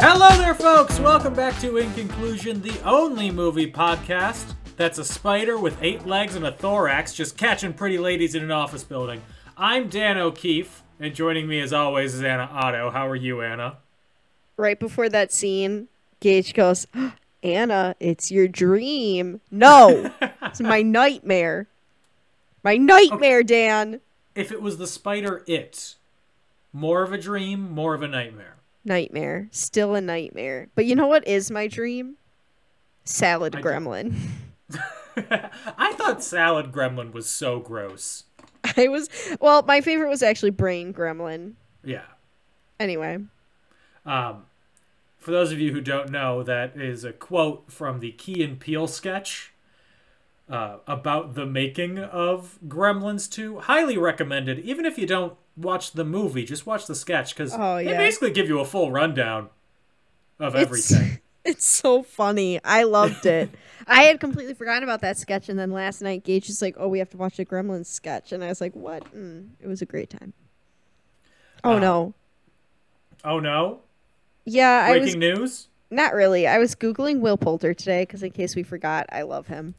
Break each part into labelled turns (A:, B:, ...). A: Hello there, folks! Welcome back to In Conclusion, the only movie podcast that's a spider with eight legs and a thorax just catching pretty ladies in an office building. I'm Dan O'Keefe, and joining me as always is Anna Otto. How are you, Anna?
B: right before that scene, Gage goes, Anna, it's your dream. No, it's my nightmare. My nightmare, Dan.
A: If it was the spider, it. More of a dream, more of a nightmare.
B: Nightmare. Still a nightmare. But you know what is my dream? Salad
A: do.
B: gremlin.
A: I thought Salad Gremlin was so gross.
B: I was, well, my favorite was actually brain gremlin.
A: Yeah.
B: Anyway,
A: Um, for those of you who don't know, that is a quote from the Key and Peele sketch uh, about the making of Gremlins 2. Highly recommended, even if you don't watch the movie, just watch the sketch because
B: Oh,
A: they
B: yeah.
A: basically give you a full rundown of
B: it's,
A: everything.
B: it's so funny. I loved it. I had completely forgotten about that sketch, and then last night Gage is like, "Oh, we have to watch the Gremlins sketch," and I was like, "What?" Mm, it was a great time. Oh
A: Uh,
B: no,
A: Oh no!
B: Yeah, I
A: Breaking
B: was
A: news.
B: not really. I was googling Will Poulter today because, in case we forgot, I love him,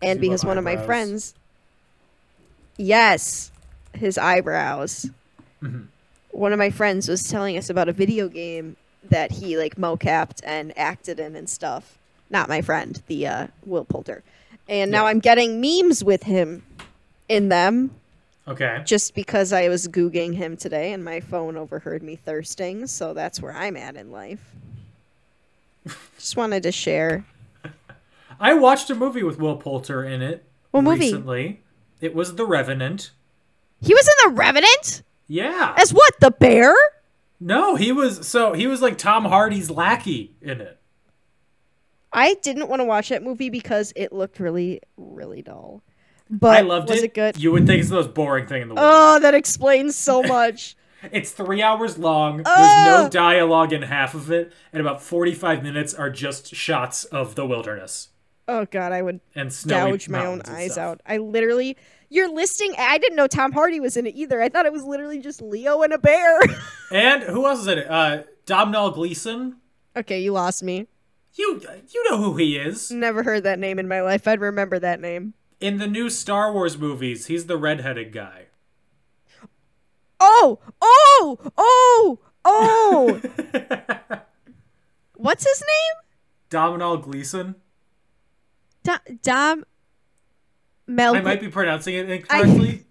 B: and
A: you love
B: because one of my
A: eyebrows.
B: friends, yes, his eyebrows.
A: Mm-hmm.
B: One of my friends was telling us about a video game that he like mocapped and acted in and stuff. Not my friend, the uh, Will Poulter, and now I'm getting memes with him in them
A: Okay.
B: just because I was googling him today and my phone overheard me thirsting, so that's where I'm at in life. just wanted to share.
A: I watched a movie with Will Poulter in it
B: What movie?
A: recently. It was The Revenant.
B: He was in The Revenant?
A: Yeah.
B: As what? The bear?
A: No, he was so he was like Tom Hardy's lackey in it.
B: I didn't want to watch that movie because it looked really, really dull. But
A: I loved
B: was
A: it.
B: it, good?
A: You would think it's the most boring thing in the world.
B: Oh, that explains so much.
A: it's three hours long. There's no
B: Ah!
A: dialogue in half of it, and about 45 minutes are just shots of the wilderness
B: oh god, I would
A: and snowy
B: gouge my own
A: mountains and
B: eyes
A: stuff.
B: out. I literally you're listing I didn't know Tom Hardy was in it either. I thought it was literally just Leo and a bear.
A: And who else is in it? Uh, Domhnall Gleeson.
B: okay, you lost me.
A: You you know who he is
B: Never heard that name in my life. I'd remember that name.
A: in the new Star Wars movies. He's the redheaded guy.
B: Oh, oh, oh, oh. What's his name?
A: Domhnall Gleeson.
B: Dom, Dom Mel.
A: I might be pronouncing it incorrectly.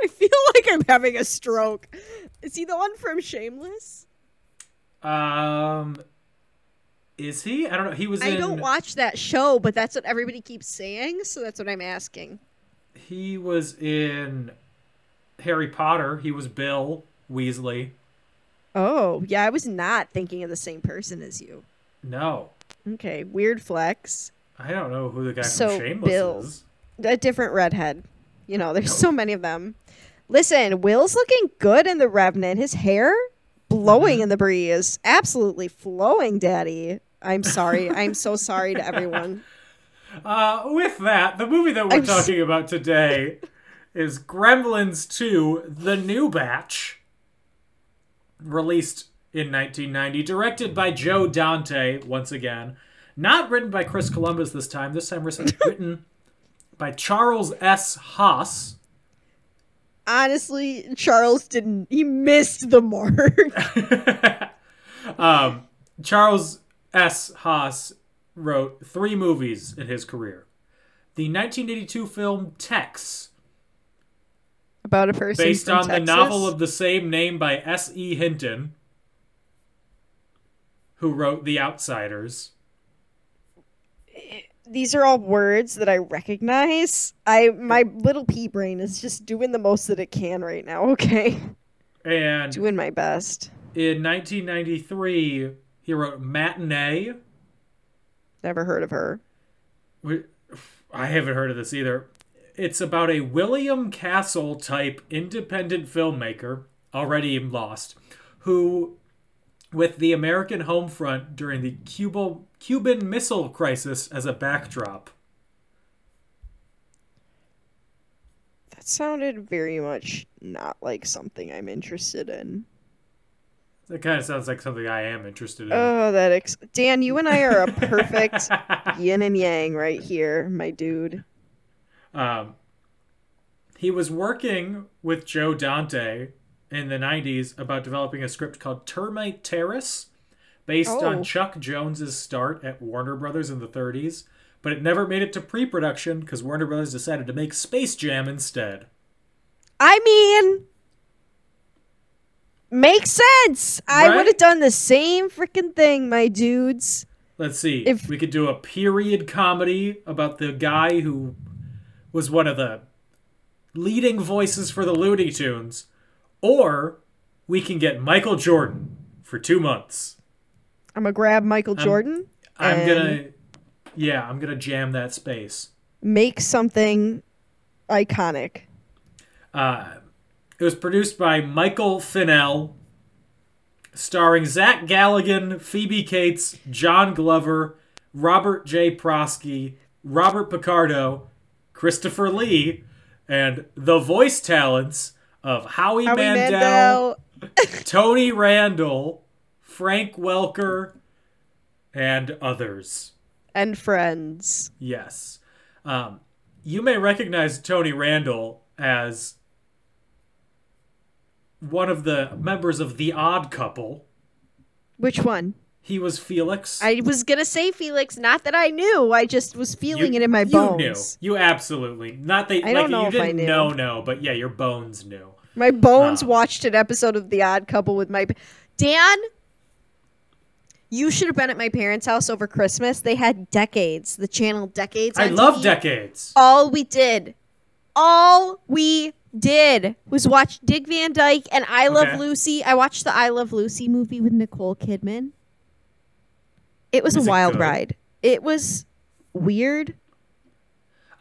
B: I feel like I'm having a stroke. Is he the one from Shameless?
A: Um, is he? I don't know. He was
B: I
A: in.
B: don't watch that show, but that's what everybody keeps saying, so that's what I'm asking.
A: He was in Harry Potter. He was Bill Weasley.
B: Oh, yeah, I was not thinking of the same person as you.
A: No,
B: Okay, weird flex.
A: I don't know who the guy from
B: So,
A: Shameless
B: Bill.
A: is.
B: a different redhead. You know, there's so many of them. Listen, Will's looking good in the Revenant. His hair blowing in the breeze, absolutely flowing, Daddy. I'm sorry. I'm so sorry to everyone.
A: Uh, with that, the movie that we're
B: I'm s-
A: talking about today is Gremlins 2: The New Batch, released in 1990, directed by Joe Dante once again. Not written by Chris Columbus this time. This time written- written by Charles S. Haas.
B: Honestly, Charles didn't. He missed the mark.
A: um, Charles S. Haas wrote three movies in his career. The 1982 film Tex,
B: About a person
A: based
B: from
A: on the
B: Texas.
A: novel of the same name by S. E. Hinton, who wrote The Outsiders.
B: These are all words that I recognize. I my little pea brain is just doing the most that it can right now. Okay,
A: And
B: doing my best.
A: in 1993, he wrote Matinee,
B: Never heard of her.
A: We- I haven't heard of this either. It's about a William Castle type independent filmmaker, already lost, who, with the American home front during the Cuba, Cuban Missile Crisis as a backdrop.
B: That sounded very much not like something I'm interested in.
A: That kind of sounds like something I am interested in.
B: Oh, that ex- Dan, you and I are a perfect yin and yang right here, my dude.
A: Um, he was working with Joe Dante in the 90s about developing a script called Termite Terrace, based
B: Oh.
A: on Chuck Jones's start at Warner Brothers in the 30s, but it never made it to pre production because Warner Brothers decided to make Space Jam instead.
B: I mean, makes sense. I
A: Right?
B: would have done the same freaking thing, my dudes.
A: Let's see.
B: If-
A: we could do a period comedy about the guy who was one of the leading voices for the Looney Tunes, or we can get Michael Jordan for two months.
B: I'm gonna grab Michael
A: Um,
B: Jordan,
A: I'm
B: and-
A: gonna, yeah, I'm gonna jam that space.
B: make something iconic.
A: Uh, it was produced by Michael Finnell, starring Zach Galligan, Phoebe Cates, John Glover, Robert J. Prosky, Robert Picardo, Christopher Lee, and the voice talents of Howie,
B: Howie
A: Mandel,
B: Mandel.
A: Tony Randall, Frank Welker, and others.
B: and friends.
A: Yes. Um, you may recognize Tony Randall as one of the members of The Odd Couple.
B: Which one?
A: He was Felix.
B: I was gonna say Felix. Not that I knew. I just was feeling it in my
A: you
B: bones.
A: Knew. You absolutely. Not that
B: I
A: like
B: don't know
A: you
B: if I
A: didn't
B: knew.
A: know no, but yeah, your bones knew.
B: My bones
A: Ah.
B: watched an episode of The Odd Couple with my Dan. You should have been at my parents' house over Christmas. They had decades. The channel decades.
A: I
B: on
A: love
B: TV.
A: decades.
B: All we did, all we did was watch Dick Van Dyke and I Love
A: Okay.
B: Lucy. I watched the I Love Lucy movie with Nicole Kidman. It was
A: Was
B: a
A: it
B: wild
A: good?
B: ride. It was weird.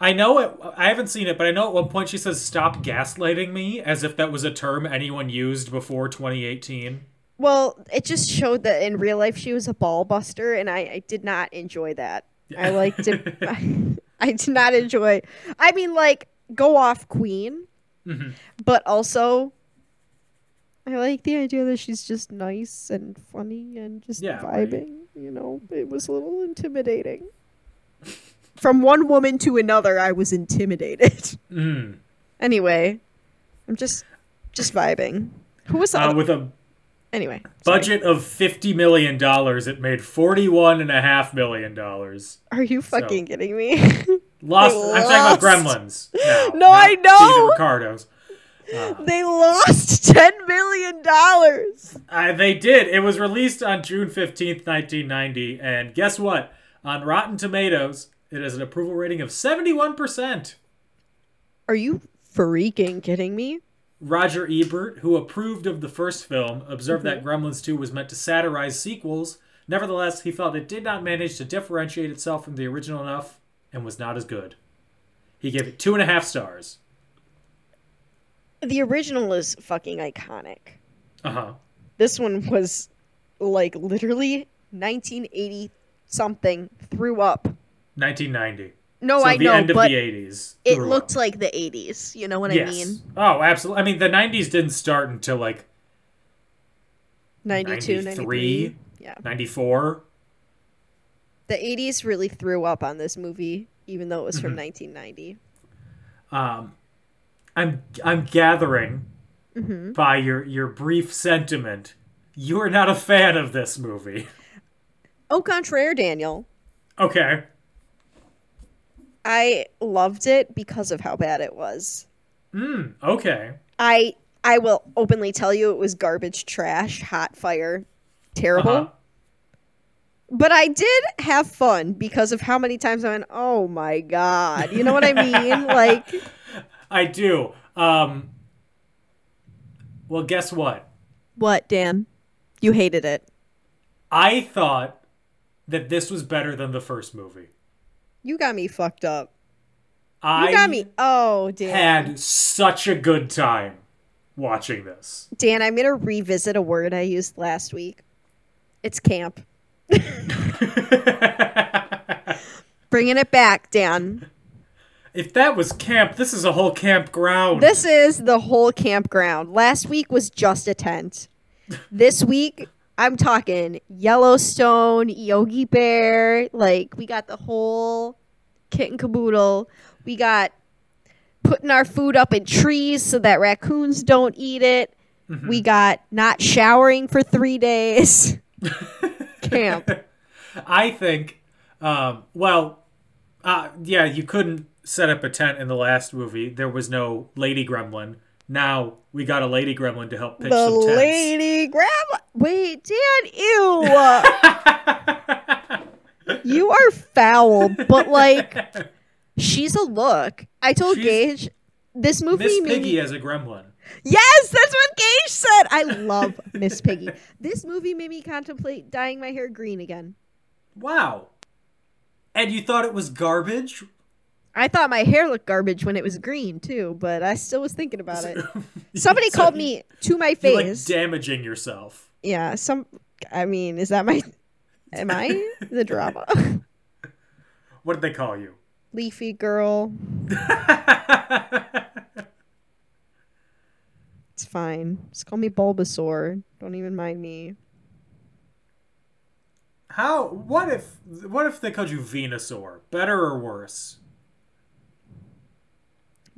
A: I know it I haven't seen it, but I know at one point she says stop gaslighting me as if that was a term anyone used before 2018.
B: Well, it just showed that in real life she was a ball buster, and I, I did not enjoy that. I liked it. I, did not enjoy. I mean, like, go off queen,
A: Mm-hmm.
B: but also, I like the idea that she's just nice and funny and just
A: Yeah, right.
B: vibing. You know, it was a little intimidating. From one woman to another, I was intimidated.
A: Mm.
B: anyway, I'm just just vibing. Who was that?
A: Uh, with a
B: anyway, sorry.
A: budget of 50 million dollars it made 41 and a half million dollars
B: Are you fucking kidding me?
A: lost
B: They
A: i'm talking about gremlins no, not
B: I
A: Peter
B: know!
A: ricardo's
B: they lost ten million dollars.
A: uh, they did it was released on june 15th 1990 and guess what on rotten tomatoes it has an approval rating of 71%
B: Are you freaking kidding me?
A: Roger Ebert, who approved of the first film, observed
B: Mhm.
A: that Gremlins 2 was meant to satirize sequels. Nevertheless, he felt it did not manage to differentiate itself from the original enough and was not as good. He gave it two and a half stars.
B: The original is fucking iconic.
A: Uh huh.
B: This one was like literally 1980 something threw up.
A: 1990.
B: No,
A: so
B: Oh, I
A: the
B: know,
A: end of
B: but
A: the 80s.
B: it
A: threw
B: looked
A: up.
B: like the 80s. You know what I
A: yes.
B: mean?
A: Oh, absolutely. I mean, the 90s didn't start until like 93,
B: 92, 93. Yeah,
A: 94.
B: the 80s really threw up on this movie, even though it was
A: Mm-hmm.
B: from 1990.
A: um, I'm I'm gathering
B: Mm-hmm.
A: by your your brief sentiment, you are not a fan of this movie.
B: Au contraire, Daniel.
A: Okay,
B: I loved it because of how bad it was.
A: okay,
B: I I will openly tell you it was garbage, trash, hot fire, terrible.
A: Uh-huh.
B: But I did have fun because of how many times I went, "Oh my god!" You know what I mean? like,
A: I do. Um, well, guess what?
B: what, Dan? You hated it.
A: I thought that this was better than the first movie.
B: You got me fucked up. You
A: I
B: got me. Oh, Dan.
A: had such a good time watching this.
B: Dan, I'm gonna revisit a word I used last week. It's camp. Bringing it back, Dan.
A: If that was camp, this is a whole campground.
B: This is the whole campground. Last week was just a tent. This week, I'm talking Yellowstone, Yogi Bear. Like, we got the whole kit and caboodle. We got putting our food up in trees so that raccoons don't eat it. We got not showering for three days. Camp.
A: I think, um, well, uh, yeah, you couldn't set up a tent in the last movie. There was no lady gremlin. Now we got a lady gremlin to help pitch
B: The
A: some tents.
B: lady grab. Wait, Dan, ew. you are foul, but like, she's a look. I told
A: She's-
B: Gage this movie
A: Miss
B: made
A: Piggy
B: me.
A: as a gremlin.
B: Yes, that's what Gage said. I love Miss Piggy. This movie made me contemplate dyeing my hair green again.
A: Wow. And you thought it was garbage?
B: I thought my hair looked garbage when it was green too, but I still was thinking about it. Somebody
A: So
B: called
A: you-
B: me to my
A: You're like
B: face.
A: damaging yourself.
B: yeah, some. I mean, is that my? Am I the drama?
A: What did they call you?
B: Leafy girl. It's fine. Just call me Bulbasaur. Don't even mind me.
A: How? What if? What if they called you Venusaur? Better or worse?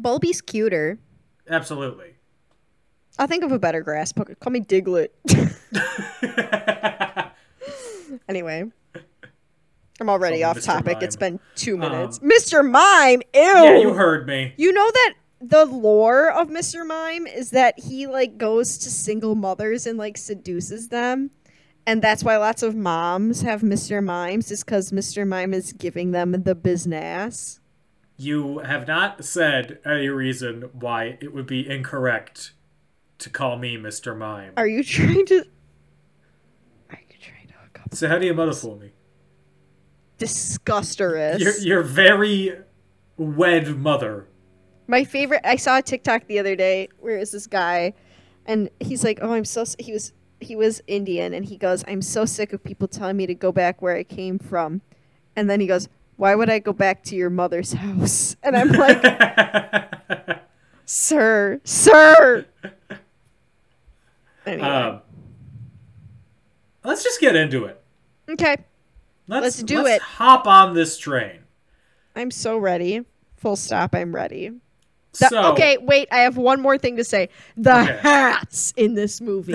B: Bulby's cuter.
A: Absolutely.
B: I'll think of a better grass pocket. Call me Diglett. anyway. I'm already
A: Call me
B: off
A: Mr.
B: topic. It's
A: Mime.
B: been two minutes.
A: Um,
B: Mr. Mime! Ew!
A: Yeah, you heard me.
B: You know that the lore of Mr. Mime is that he like goes to single mothers and like seduces them. And that's why lots of moms have Mr. Mimes, is because Mr. Mime is giving them the business.
A: You have not said any reason why it would be incorrect to call me Mr. Mime.
B: Are you trying to. Are you trying to hook up?
A: So how do you metaphor me?
B: Disgusterous.
A: You're, you're very wed mother.
B: My favorite. I saw a TikTok the other day. Where is this guy? And he's like, "Oh, I'm so." s-" He was he was Indian, and he goes, "I'm so sick of people telling me to go back where I came from." And then he goes, "Why would I go back to your mother's house?" And I'm like, "Sir, sir." Anyway.
A: Um, let's just get into it.
B: okay,
A: Let's,
B: Let's do it.
A: Hop on this train.
B: I'm so ready. Full stop. I'm ready. The-
A: So,
B: okay, wait. I have one more thing to say. The
A: Okay.
B: hats in this movie.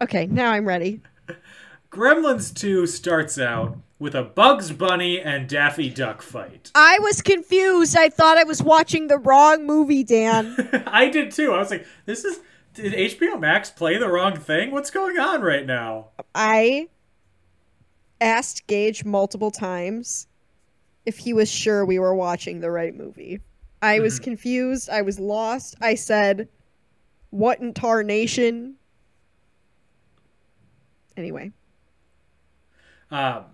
B: okay, now I'm ready.
A: Gremlins 2 starts out with a Bugs Bunny and Daffy Duck fight.
B: I was confused. I thought I was watching the wrong movie, Dan.
A: I did too. I was like, this is. Did HBO Max play the wrong thing? What's going on right now?
B: I asked Gage multiple times if he was sure we were watching the right movie. I was
A: Mm-hmm.
B: confused. I was lost. I said, What in tarnation? Anyway,
A: Um,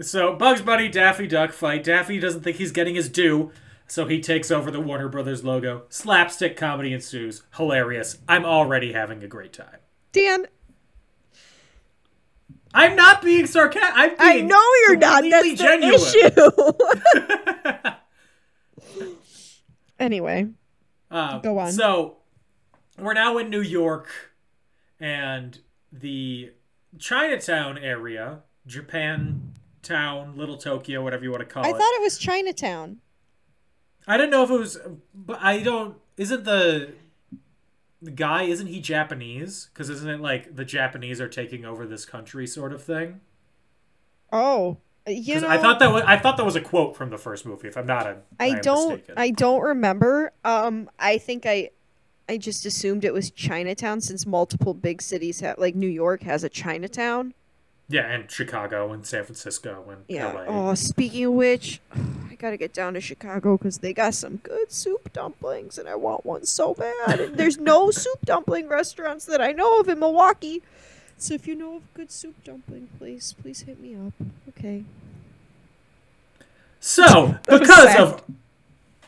A: so Bugs Bunny, Daffy Duck fight. Daffy doesn't think he's getting his due, so he takes over the Warner Brothers logo. Slapstick comedy ensues. Hilarious. I'm already having a great time.
B: Dan,
A: I'm not being sarcastic. I'm
B: I
A: being
B: know you're not. That's
A: completely
B: the
A: genuine.
B: issue. anyway,
A: Um,
B: Go on.
A: So we're now in New York and the Chinatown area, Japan town, Little Tokyo, whatever you want to call
B: I
A: it.
B: thought it was Chinatown.
A: I didn't know if it was, but I don't. Isn't the the guy? Isn't he Japanese? Because isn't it like the Japanese are taking over this country, sort of thing?
B: Oh, you
A: 'Cause
B: know,
A: I thought that was I thought that was a quote from the first movie. If I'm not a,
B: I
A: am
B: don't
A: mistaken.
B: I don't remember. Um I think I I just assumed it was Chinatown since multiple big cities have like New York has a Chinatown.
A: yeah, and Chicago and San Francisco and
B: Yeah.
A: LA.
B: Oh, speaking of which, I got to get down to Chicago cuz they got some good soup dumplings and I want one so bad. And there's no soup dumpling restaurants that I know of in Milwaukee. So if you know of a good soup dumpling place, please hit me up. Okay.
A: So,
B: was
A: because
B: sad.
A: of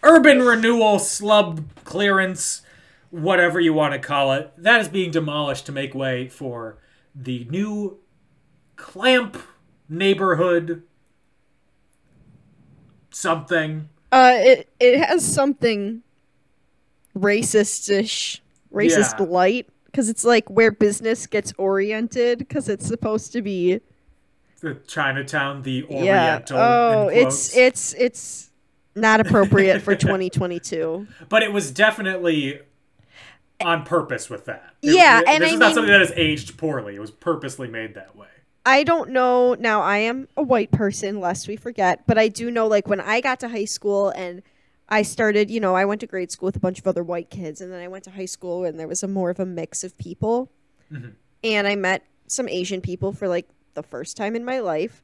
A: urban renewal, slub clearance, whatever you want to call it, that is being demolished to make way for the new clamp neighborhood something.
B: Uh, it it has something racist-ish, racist
A: Yeah.
B: light, because it's like where business gets oriented, because it's supposed to be
A: The Chinatown, the Oriental.
B: yeah. Oh,
A: in quotes.
B: it's it's it's not appropriate for 2022.
A: But it was definitely on purpose with that. It-
B: Yeah,
A: it-
B: and
A: this
B: I
A: is not
B: mean-
A: something that is aged poorly. It was purposely made that way.
B: I don't know. Now, I am a white person, lest we forget, but I do know, like, when I got to high school and I started, you know, I went to grade school with a bunch of other white kids, and then I went to high school and there was a more of a mix of people. And I met some Asian people for, like, the first time in my life.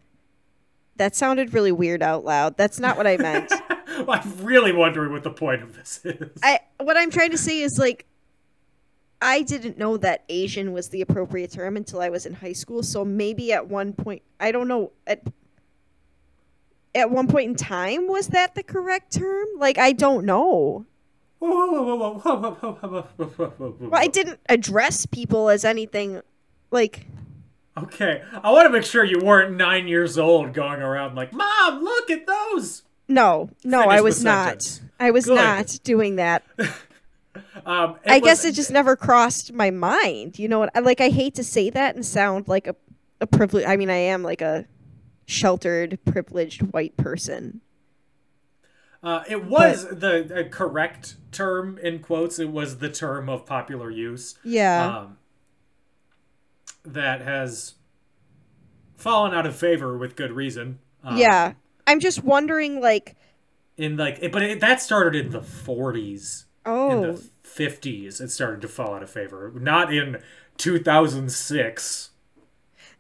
B: That sounded really weird out loud. That's not what I meant.
A: I'm really wondering what the point of this is.
B: I what I'm trying to say is like I didn't know that Asian was the appropriate term until I was in high school, so maybe at one point I don't know at at one point in time was that the correct term? Like I don't know.
A: Whoa, whoa, whoa, whoa, whoa, whoa, whoa, whoa, whoa, whoa, whoa, whoa.
B: Well, I didn't address people as anything like
A: Okay, I want to make sure you weren't nine years old going around like, Mom, look at those.
B: no, no,
A: Finish
B: I
A: the
B: was not.
A: sentence.
B: I was
A: Good.
B: not doing that.
A: Um,
B: I guess
A: was-
B: it just never crossed my mind. You know what? I, like I hate to say that and sound like a a privilege. I mean, I am like a sheltered, privileged white person.
A: Uh, it was the uh, correct term in quotes. It was the term of popular use.
B: Yeah.
A: um, that has fallen out of favor with good reason. Um,
B: yeah. I'm just wondering, like,
A: In like, it, but it, that started in the 40s. In
B: oh,
A: the 50s, it started to fall out of favor. Not in 2006.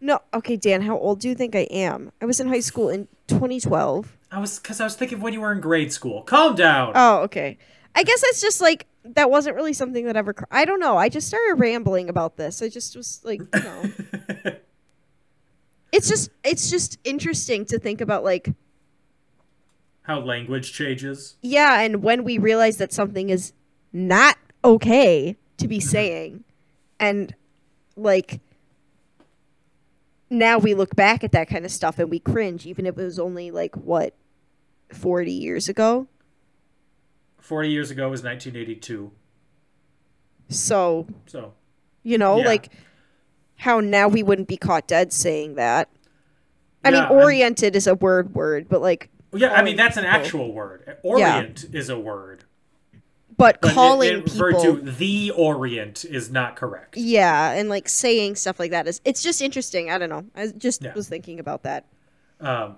B: no. Okay, Dan, how old do you think I am? I was in high school in 2012.
A: I was because I was thinking when you were in grade school. Calm down.
B: Oh, okay. I guess that's just like, that wasn't really something that ever. Cr- I don't know. I just started rambling about this. I just was like, you know. it's just, it's just interesting to think about, like,
A: How language changes.
B: Yeah, and when we realize that something is not okay to be
A: Mm-hmm.
B: saying, and like now we look back at that kind of stuff and we cringe, even if it was only like what forty years ago.
A: 40 years ago was 1982.
B: So
A: So
B: you know,
A: Yeah.
B: like how now we wouldn't be caught dead saying that. I
A: Yeah,
B: mean,
A: I'm-
B: oriented is a word word, but like,
A: yeah, I mean
B: Calling
A: that's an
B: people.
A: actual word. Orient is a word.
B: but,
A: But it-
B: calling
A: it referred
B: people
A: to the Orient is not correct.
B: Yeah, and like saying stuff like that is it's just interesting. I don't know. I just
A: Yeah.
B: was thinking about that.
A: um,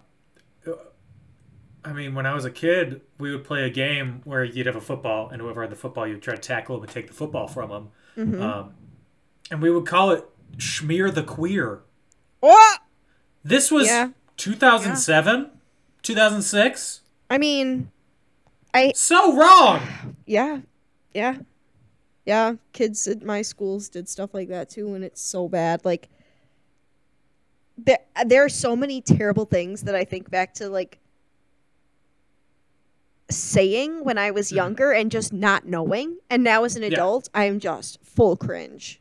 A: I mean, when I was a kid, we would play a game where you'd have a football, and whoever had the football, you'd try to tackle him and take the football from him.
B: Mm-hmm.
A: Um, and we would call it Schmear the Queer.
B: Oh,
A: This was
B: Yeah.
A: 2007, 2006.
B: I mean,
A: So wrong.
B: yeah. Yeah. Yeah, kids at my schools did stuff like that too and it's so bad. Like there, there are so many terrible things that I think back to like saying when I was younger and just not knowing and now as an adult I am just full cringe.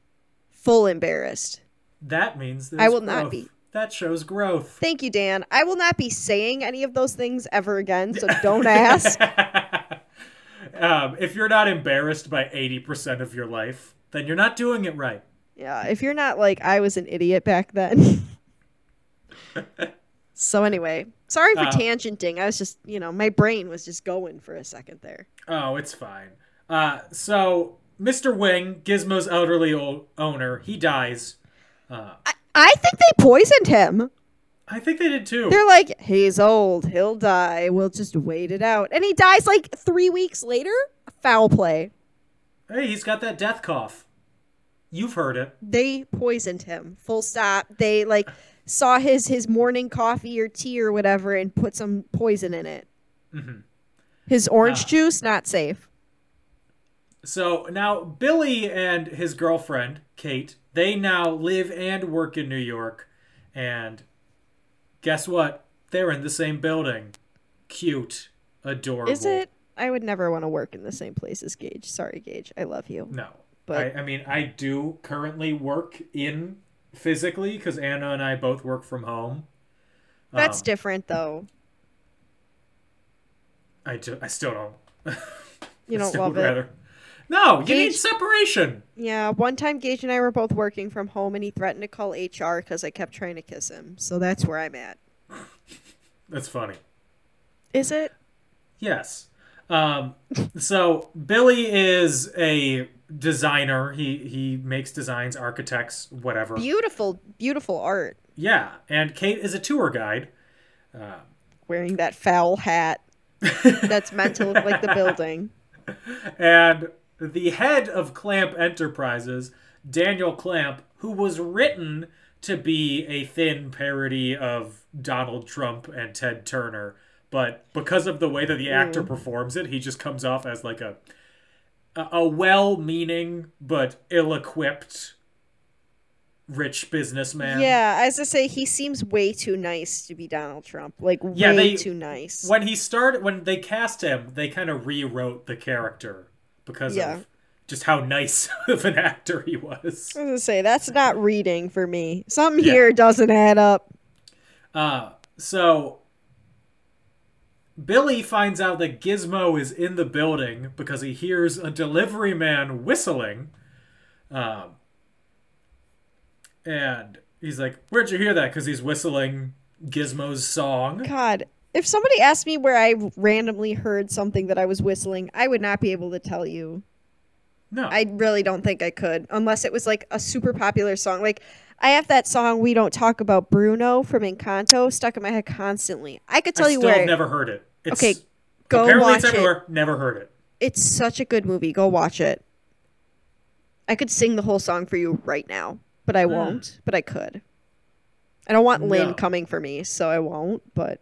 B: Full embarrassed.
A: That means there's
B: I will not
A: growth.
B: be.
A: That shows growth.
B: Thank you, Dan. I will not be saying any of those things ever again, so don't ask.
A: um, if you're not embarrassed by 80% of your life, then you're not doing it right.
B: yeah, if you're not like I was an idiot back then. so anyway, sorry for
A: Uh,
B: tangenting. I was just, you know, my brain was just going for a second there.
A: Oh, it's fine. Uh, so Mr. Wing, Gizmo's elderly o- owner, he dies.
B: I think they poisoned him.
A: I think they did too.
B: They're like, he's old, he'll die. We'll just wait it out. And he dies like 3 weeks later. Foul play.
A: hey, he's got that death cough. You've heard it.
B: they poisoned him full stop they like saw his his morning coffee or tea or whatever and put some poison in it his orange juice not safe
A: So now Billy and his girlfriend Kate They now live and work in New York, and guess what? They're in the same building. Cute, adorable.
B: Is it? I would never want to work in the same place as Gage. Sorry, Gage. I love you.
A: No,
B: But-
A: I, I mean, I do currently work in physically because Anna and I both work from home.
B: That's
A: Um,
B: different, though.
A: I ju- I still don't.
B: You don't
A: still
B: love
A: would
B: it.
A: rather- No, you need
B: Gage-
A: separation.
B: Yeah, one time Gage and I were both working from home, and he threatened to call HR because I kept trying to kiss him. So that's where I'm at.
A: That's funny.
B: Is it?
A: Yes. Um, so Billy is a designer. He he makes designs, architects, whatever.
B: Beautiful, beautiful art.
A: yeah, and Kate is a tour guide.
B: Wearing that foul hat that's meant to look like the building.
A: And the head of Clamp Enterprises, Daniel Clamp, who was written to be a thin parody of Donald Trump and Ted Turner, but because of the way that the actor performs it, he just comes off as like a a a well-meaning but ill-equipped rich businessman.
B: Yeah, as I say, he seems way too nice to be Donald Trump. Like
A: Yeah,
B: way
A: they-
B: too nice.
A: when he started when they cast him they kind of rewrote the character because
B: Yeah.
A: of just how nice of an actor he was
B: I was gonna say that's not reading for me. Something here doesn't add up.
A: uh, so billy finds out that gizmo is in the building because he hears a delivery man whistling um, and he's like where'd you hear that because he's whistling gizmo's song
B: God, if somebody asked me where I randomly heard something that I was whistling, I would not be able to tell you.
A: no
B: I really don't think I could, unless it was like a super popular song. Like I have that song "We Don't Talk About Bruno" from Encanto stuck in my head constantly. I could tell
A: I
B: you
A: still
B: where.
A: have never heard it it's,
B: Okay, go
A: apparently
B: watch
A: it's
B: it.
A: everywhere never heard it
B: It's such a good movie. Go watch it. I could sing the whole song for you right now, but I won't. But I could. I don't want Lynn
A: Hmm. No.
B: coming for me, so I won't. But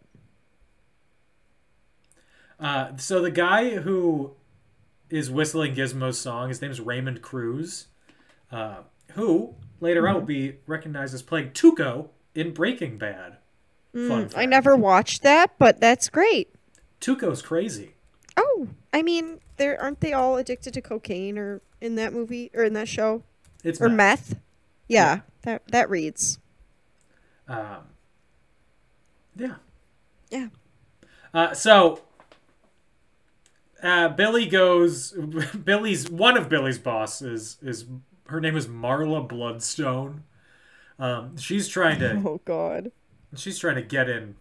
A: Uh, so the guy who is whistling Gizmo's song, his name's Raymond Cruz, uh, who later on will be recognized as playing Tuco in Breaking Bad. Fun
B: mm, I
A: fact.
B: never watched that, but that's great.
A: Tuco's crazy.
B: Oh, I mean, there aren't they all addicted to cocaine or in that movie or in that show
A: It's
B: or
A: meth.
B: meth? Yeah, that that reads.
A: Um, yeah.
B: Yeah.
A: Uh, so uh, Billy goes. Billy's one of Billy's boss is is her name is Marla Bloodstone. Um, she's trying to
B: Oh God.
A: She's trying to get in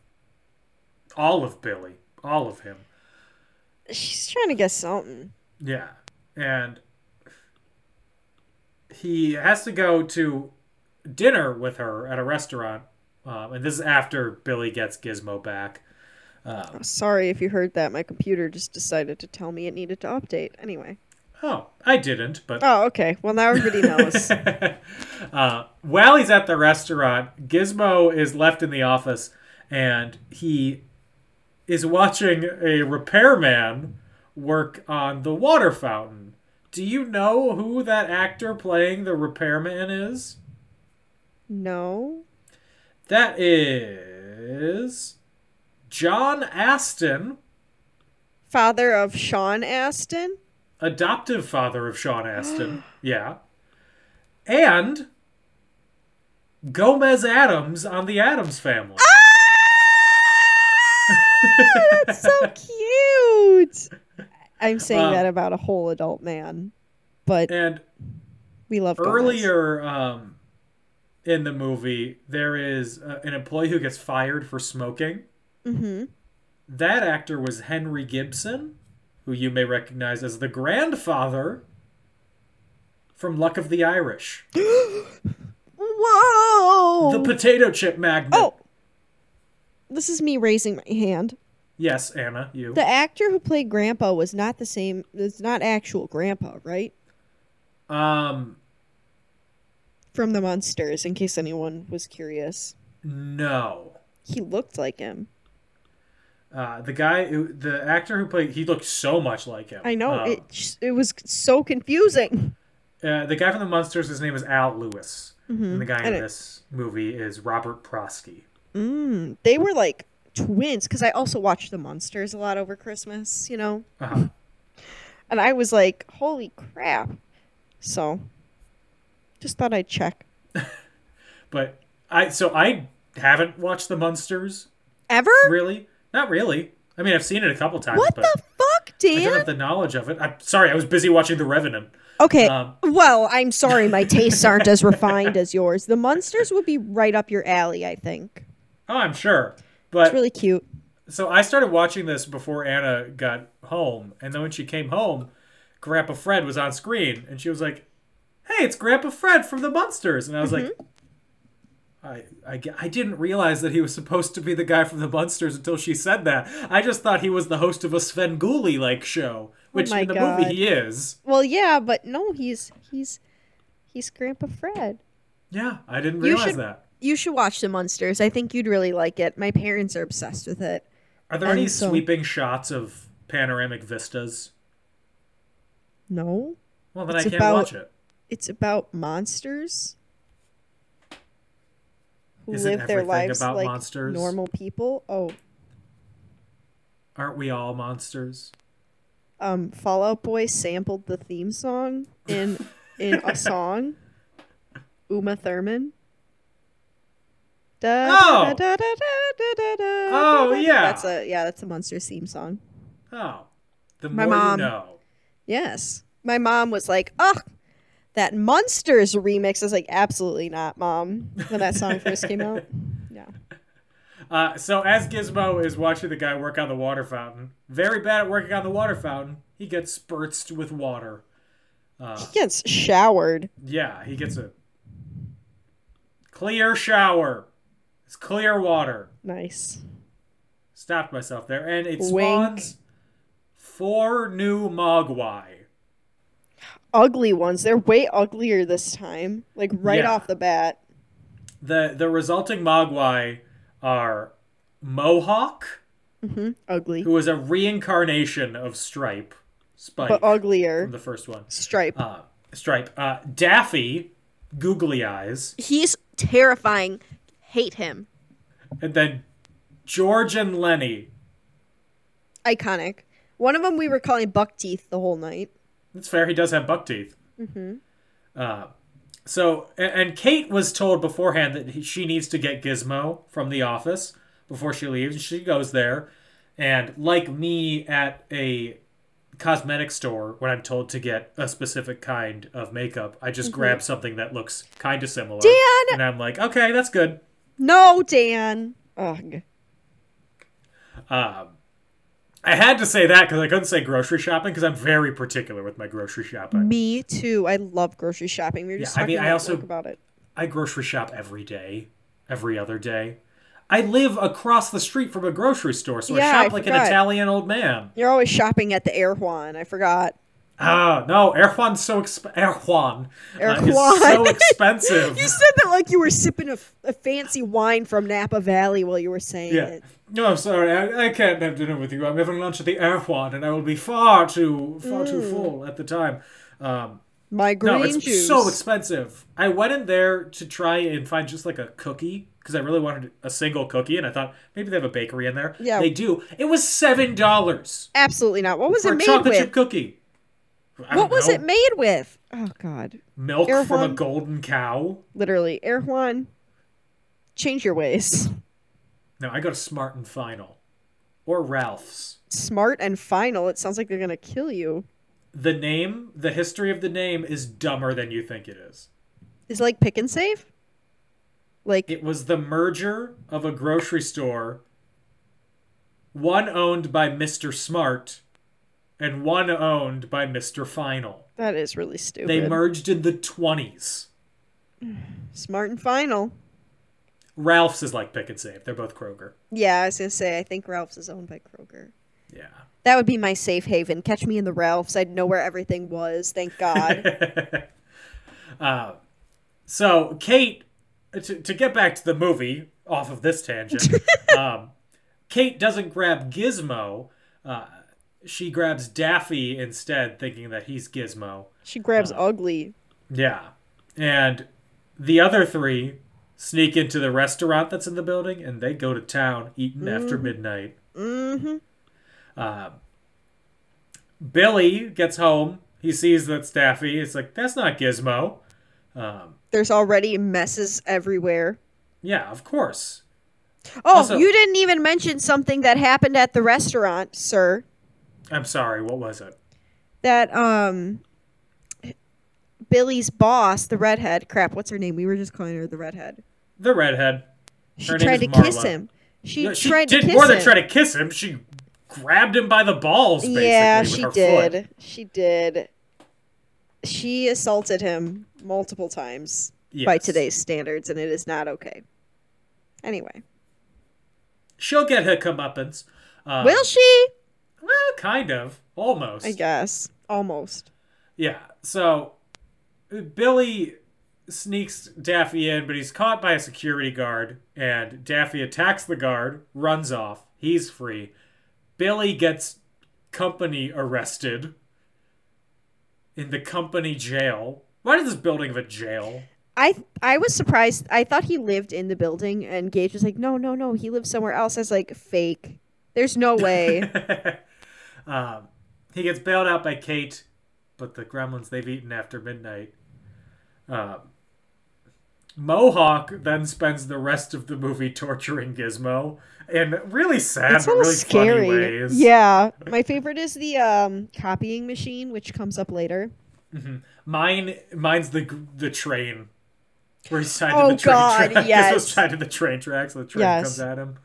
A: all of Billy, all of him.
B: She's trying to guess something.
A: Yeah. And he has to go to dinner with her at a restaurant. Um, and this is after Billy gets Gizmo back.
B: Oh, Sorry if you heard that. My computer just decided to tell me it needed to update. Anyway.
A: Oh, I didn't, but
B: Oh, okay. Well, now everybody knows.
A: uh, while he's at the restaurant, Gizmo is left in the office and he is watching a repairman work on the water fountain. Do you know who that actor playing the repairman is?
B: no.
A: That is John Aston,
B: Father of Sean Aston?
A: adoptive father of Sean Aston. yeah. And Gomez Adams on the Adams family.
B: That's so cute. I'm saying
A: Um,
B: that about a whole adult man, but
A: And
B: we love Gomez.
A: earlier um, in the movie, there is uh, an employee who gets fired for smoking.
B: Mhm.
A: That actor was Henry Gibson, who you may recognize as the grandfather from Luck of the Irish,
B: Whoa!
A: the potato chip magnet.
B: oh, this is me raising my hand.
A: Yes, Anna, you.
B: The actor who played Grandpa was not the same. It's not actual Grandpa, right?
A: Um,
B: From the monsters, in case anyone was curious.
A: no.
B: He looked like him.
A: Uh, the guy, who- the actor who played, he looked so much like him.
B: I know
A: Uh,
B: it. It was so confusing.
A: uh, the guy from the Munsters, his name is Al Lewis, and the guy in
B: And it-
A: this movie is Robert Prosky.
B: They were like twins because I also watched The Monsters a lot over Christmas, you know?
A: Uh-huh.
B: And I was like, holy crap. So just thought I'd check.
A: But I so I haven't watched the Munsters
B: Ever?
A: really, not really. I mean, I've seen it a couple times,
B: What
A: but
B: the fuck,
A: I don't
B: Dan?
A: have the knowledge of it. I'm sorry, I was busy watching The Revenant.
B: Okay.
A: Um,
B: well, I'm sorry, my tastes aren't as refined as yours. The Munsters would be right up your alley, I think.
A: Oh, I'm sure, but
B: It's really cute.
A: So I started watching this before Anna got home, and then when she came home, Grandpa Fred was on screen, and she was like, "Hey, it's Grandpa Fred from the Munsters," and I was
B: Mm-hmm.
A: like. I, I, ge- I didn't realize that he was supposed to be the guy from the Munsters until she said that. I just thought he was the host of a Sven like show, which
B: Oh my
A: in the
B: God.
A: movie he is.
B: Well, yeah, but no, he's he's he's Grandpa Fred.
A: Yeah, I didn't
B: You
A: realize
B: should-
A: that.
B: You should watch The Munsters. I think you'd really like it. My parents are obsessed with it.
A: Are there any
B: and so-
A: sweeping shots of panoramic vistas?
B: No,
A: Well, then
B: It's
A: I can't
B: about-
A: watch it.
B: it's about monsters who
A: Isn't
B: live their
A: everything
B: lives
A: about
B: like
A: monsters?
B: normal people. Oh,
A: Aren't we all monsters?
B: um, Fallout Boy sampled the theme song in in a song. Uma Thurman. Da,
A: Oh!
B: da, da, da, da, da, da, da,
A: Oh,
B: da, da.
A: yeah.
B: That's a yeah. That's the monsters theme song.
A: Oh, the
B: My
A: more
B: mom.
A: you know.
B: Yes. My mom was like, oh, that Monsters remix. I was like, absolutely not, mom, when that song first came out. No.
A: Uh, so as Gizmo is watching the guy work on the water fountain, very bad at working on the water fountain, he gets spritzed with water.
B: He gets showered.
A: Yeah, he gets a clear shower. It's clear water.
B: Nice.
A: Stopped myself there, and it
B: Wink.
A: spawns four new Mogwai.
B: Ugly ones. They're way uglier this time. Like, right
A: Yeah.
B: off the bat.
A: The the resulting Mogwai are Mohawk,
B: Ugly.
A: who is a reincarnation of Stripe, Spike
B: But uglier.
A: from the first one.
B: Stripe.
A: uh, Stripe. Uh, Daffy, googly eyes,
B: He's terrifying. Hate him.
A: and then George and Lenny.
B: Iconic. One of them we were calling buck teeth the whole night.
A: That's fair. He does have buck teeth. Mm-hmm. Uh, so a- and Kate was told beforehand that he, she needs to get Gizmo from the office before she leaves. She goes there, and like me at a cosmetic store when I'm told to get a specific kind of makeup, I just grab something that looks kind of similar.
B: Dan!
A: And I'm like, okay, that's good.
B: No, Dan. Ugh.
A: Um, I had to say that because I couldn't say grocery shopping because I'm very particular with my grocery shopping.
B: Me too. I love grocery shopping. We were just
A: I
B: talking
A: mean, I
B: at
A: also-
B: work about it.
A: I grocery shop every day, every other day. I live across the street from a grocery store, so
B: Yeah,
A: I
B: I
A: shop like an
B: forgot.
A: Italian old man.
B: You're always shopping at the Air Juan. I forgot.
A: Ah, no, Erjuan's so exp- Erjuan uh, is
B: Erjuan.
A: so expensive.
B: You said that like you were sipping a, a fancy wine from Napa Valley while you were saying
A: yeah.
B: it.
A: No, I'm sorry. I, I can't have dinner with you. I'm having lunch at the Erjuan, and I will be far too far too
B: Mm.
A: full at the time. Um,
B: My green
A: no, it's
B: juice.
A: so expensive. I went in there to try and find just like a cookie because I really wanted a single cookie, and I thought maybe they have a bakery in there.
B: Yeah.
A: they do. It was seven dollars
B: Absolutely not. What was
A: for
B: it
A: a
B: made
A: chocolate chip
B: with?
A: cookie. I
B: What
A: don't
B: was
A: know.
B: it made with? Oh God!
A: Milk from a
B: Erewhon?
A: golden cow.
B: Literally, Air Juan. Change your ways.
A: No, I go to Smart and Final, or Ralph's.
B: Smart and final. It sounds like they're gonna kill you.
A: The name, the history of the name, is dumber than you think it is.
B: Is it like pick and save? Like
A: It was the merger of a grocery store, one owned by Mr. Smart and one owned by Mr. Final.
B: that is really stupid.
A: They merged in the 20s.
B: Smart and final.
A: Ralph's is like pick and save. They're both Kroger.
B: Yeah, I was gonna say. I think Ralph's is owned by Kroger.
A: Yeah.
B: That would be my safe haven. Catch me in the Ralphs. I'd know where everything was. Thank God.
A: Uh, So, Kate, to, to get back to the movie off of this tangent, um, Kate doesn't grab Gizmo. Uh, she grabs Daffy instead, thinking that he's Gizmo.
B: she grabs ugly.
A: Yeah. And the other three sneak into the restaurant that's in the building and they go to town eating after midnight. Mm-hmm.
B: Mm-hmm.
A: Billy gets home. He sees that Staffy. It's like, that's not Gizmo.
B: There's already messes everywhere.
A: Yeah, of course.
B: Oh,
A: Also-
B: you didn't even mention something that happened at the restaurant, sir.
A: I'm sorry. What was it?
B: That um Billy's boss, the redhead, crap, what's her name? We were just calling her the redhead.
A: The redhead.
B: She
A: Her name
B: tried to
A: is
B: kiss
A: Marla.
B: him. She
A: No, she
B: tried
A: did
B: to kiss
A: more
B: him.
A: than try to kiss him. She grabbed him by the balls. Basically,
B: yeah,
A: with
B: she
A: her
B: did.
A: Foot.
B: She did. She assaulted him multiple times by
A: Yes.
B: today's standards, and it is not okay. Anyway,
A: She'll get her comeuppance. Uh,
B: will she?
A: well, kind of, almost.
B: I guess almost.
A: Yeah. So Billy sneaks Daffy in, but he's caught by a security guard, and Daffy attacks the guard, runs off. He's free. Billy gets company arrested in the company jail. Why does this building have a jail?
B: I I was surprised. I thought he lived in the building, and Gage was like, "No, no, no, he lives somewhere else." I was like, "Fake. There's no way."
A: um, he gets bailed out by Kate, but the gremlins they've eaten after midnight. Um, Mohawk then spends the rest of the movie torturing Gizmo in really sad,
B: it's
A: but
B: a
A: really
B: little scary.
A: funny ways.
B: Yeah, my favorite is the um, copying machine, which comes up later.
A: mine, mine's the gr- the train where he's tied
B: Oh,
A: to the train
B: God,
A: tracks.
B: yes.
A: Gizmo's tied to the train tracks. So the train
B: Yes.
A: comes at him.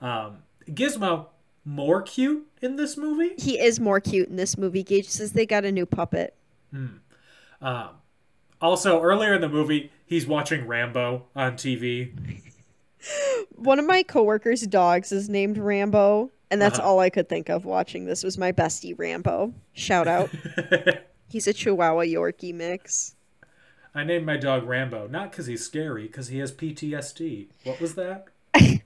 A: Um, Gizmo more cute in this movie.
B: He is more cute in this movie. Gage says they got a new puppet.
A: Also, earlier in the movie, he's watching Rambo on TV.
B: One of my coworkers' dogs is named Rambo, and that's
A: Uh-huh.
B: all I could think of watching this was my bestie Rambo. Shout out. He's a Chihuahua Yorkie mix.
A: I named my dog Rambo, not because he's scary, because he has PTSD. What was that?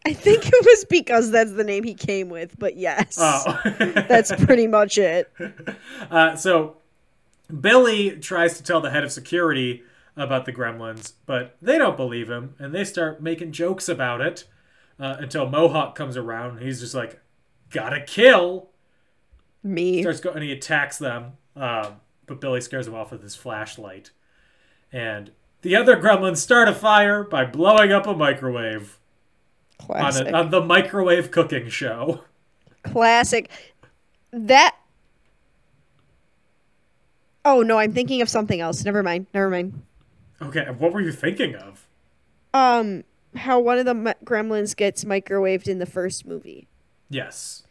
B: I think it was because that's the name he came with, but yes.
A: Oh.
B: That's pretty much it.
A: uh, so, Billy tries to tell the head of security about the gremlins, but they don't believe him, and they start making jokes about it uh, until Mohawk comes around. And he's just like, gotta kill.
B: Me.
A: starts going and he attacks them. Um, but Billy scares him off with his flashlight. And the other gremlins start a fire by blowing up a microwave on,
B: Classic.
A: a, on the microwave cooking show.
B: Classic. That. Oh, no, I'm thinking of something else. Never mind. Never mind.
A: Okay, what were you thinking of?
B: Um, how one of the mi- gremlins gets microwaved in the first movie.
A: Yes.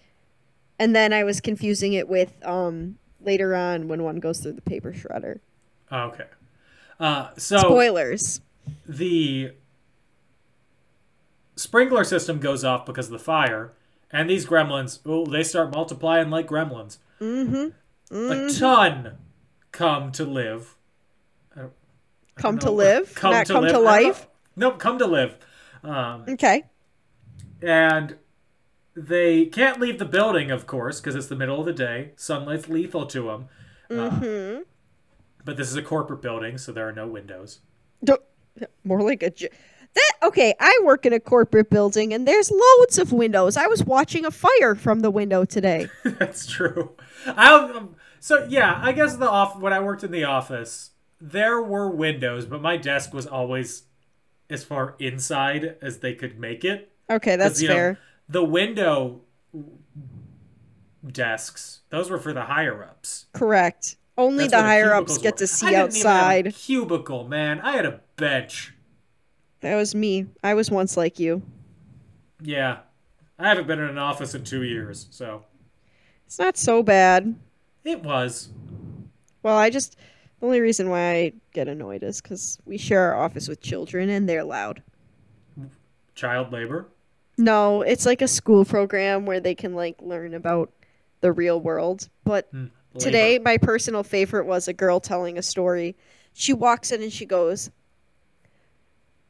B: And then I was confusing it with um later on when one goes through the paper shredder.
A: Okay. Uh, so
B: Spoilers.
A: the sprinkler system goes off because of the fire, and these gremlins, oh, they start multiplying like gremlins. Mm-hmm. A ton come to live
B: Come to
A: No,
B: live,
A: come
B: not
A: to
B: come
A: live.
B: to
A: I don't
B: life.
A: know. Nope, come to live. Um,
B: Okay.
A: and they can't leave the building, of course, because it's the middle of the day. Sunlight's lethal to them.
B: Mm-hmm.
A: but this is a corporate building, so there are no windows.
B: Don't- More like a. j- That okay. I work in a corporate building, and there's loads of windows. I was watching a fire from the window today.
A: That's true. I um, so yeah, I guess the off when I worked in the office, there were windows, but my desk was always as far inside as they could make it.
B: Okay,
A: 'Cause,
B: that's
A: you know,
B: fair.
A: the window desks, those were for the higher ups.
B: Correct. Only the higher ups get to see outside.
A: cubicle, man. I had a bench.
B: That was me. I was once like you.
A: Yeah. I haven't been in an office in two years, so
B: It's not so bad.
A: it was.
B: Well, I just the only reason why I get annoyed is because we share our office with children, and they're loud.
A: Child labor.
B: No, it's like a school program where they can like learn about the real world. But today, my personal favorite was a girl telling a story. She walks in and she goes,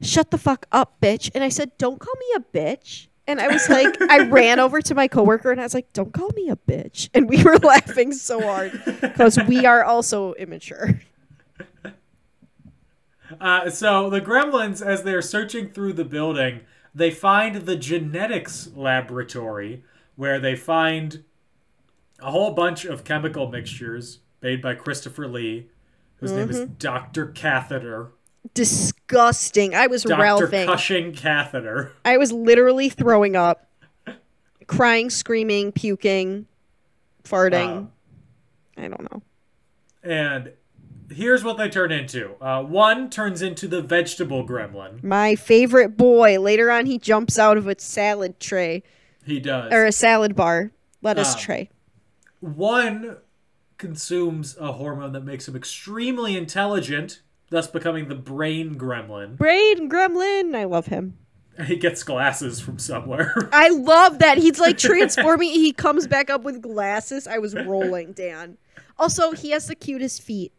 B: "Shut the fuck up, bitch!" And I said, "Don't call me a bitch." And I was like, I ran over to my coworker and I was like, "Don't call me a bitch!" And we were laughing so hard because we are also immature.
A: Uh, so the gremlins, as they're searching through the building, they find the genetics laboratory where they find a whole bunch of chemical mixtures made by Christopher Lee, whose name is Dr. Catheter.
B: Disgusting. I was
A: Dr.
B: ralphing.
A: Cushing Catheter.
B: I was literally throwing up, crying, screaming, puking, farting. I don't know.
A: And here's what they turn into uh, one turns into the vegetable gremlin.
B: My favorite boy. Later on, he jumps out of a salad tray
A: He does.
B: or a salad bar, lettuce
A: Ah.
B: tray.
A: One consumes a hormone that makes him extremely intelligent, thus becoming the brain gremlin.
B: Brain Gremlin. I love him.
A: He gets glasses from somewhere.
B: I love that. He's like transforming. he comes back up with glasses. I was rolling, Dan. Also, he has the cutest feet.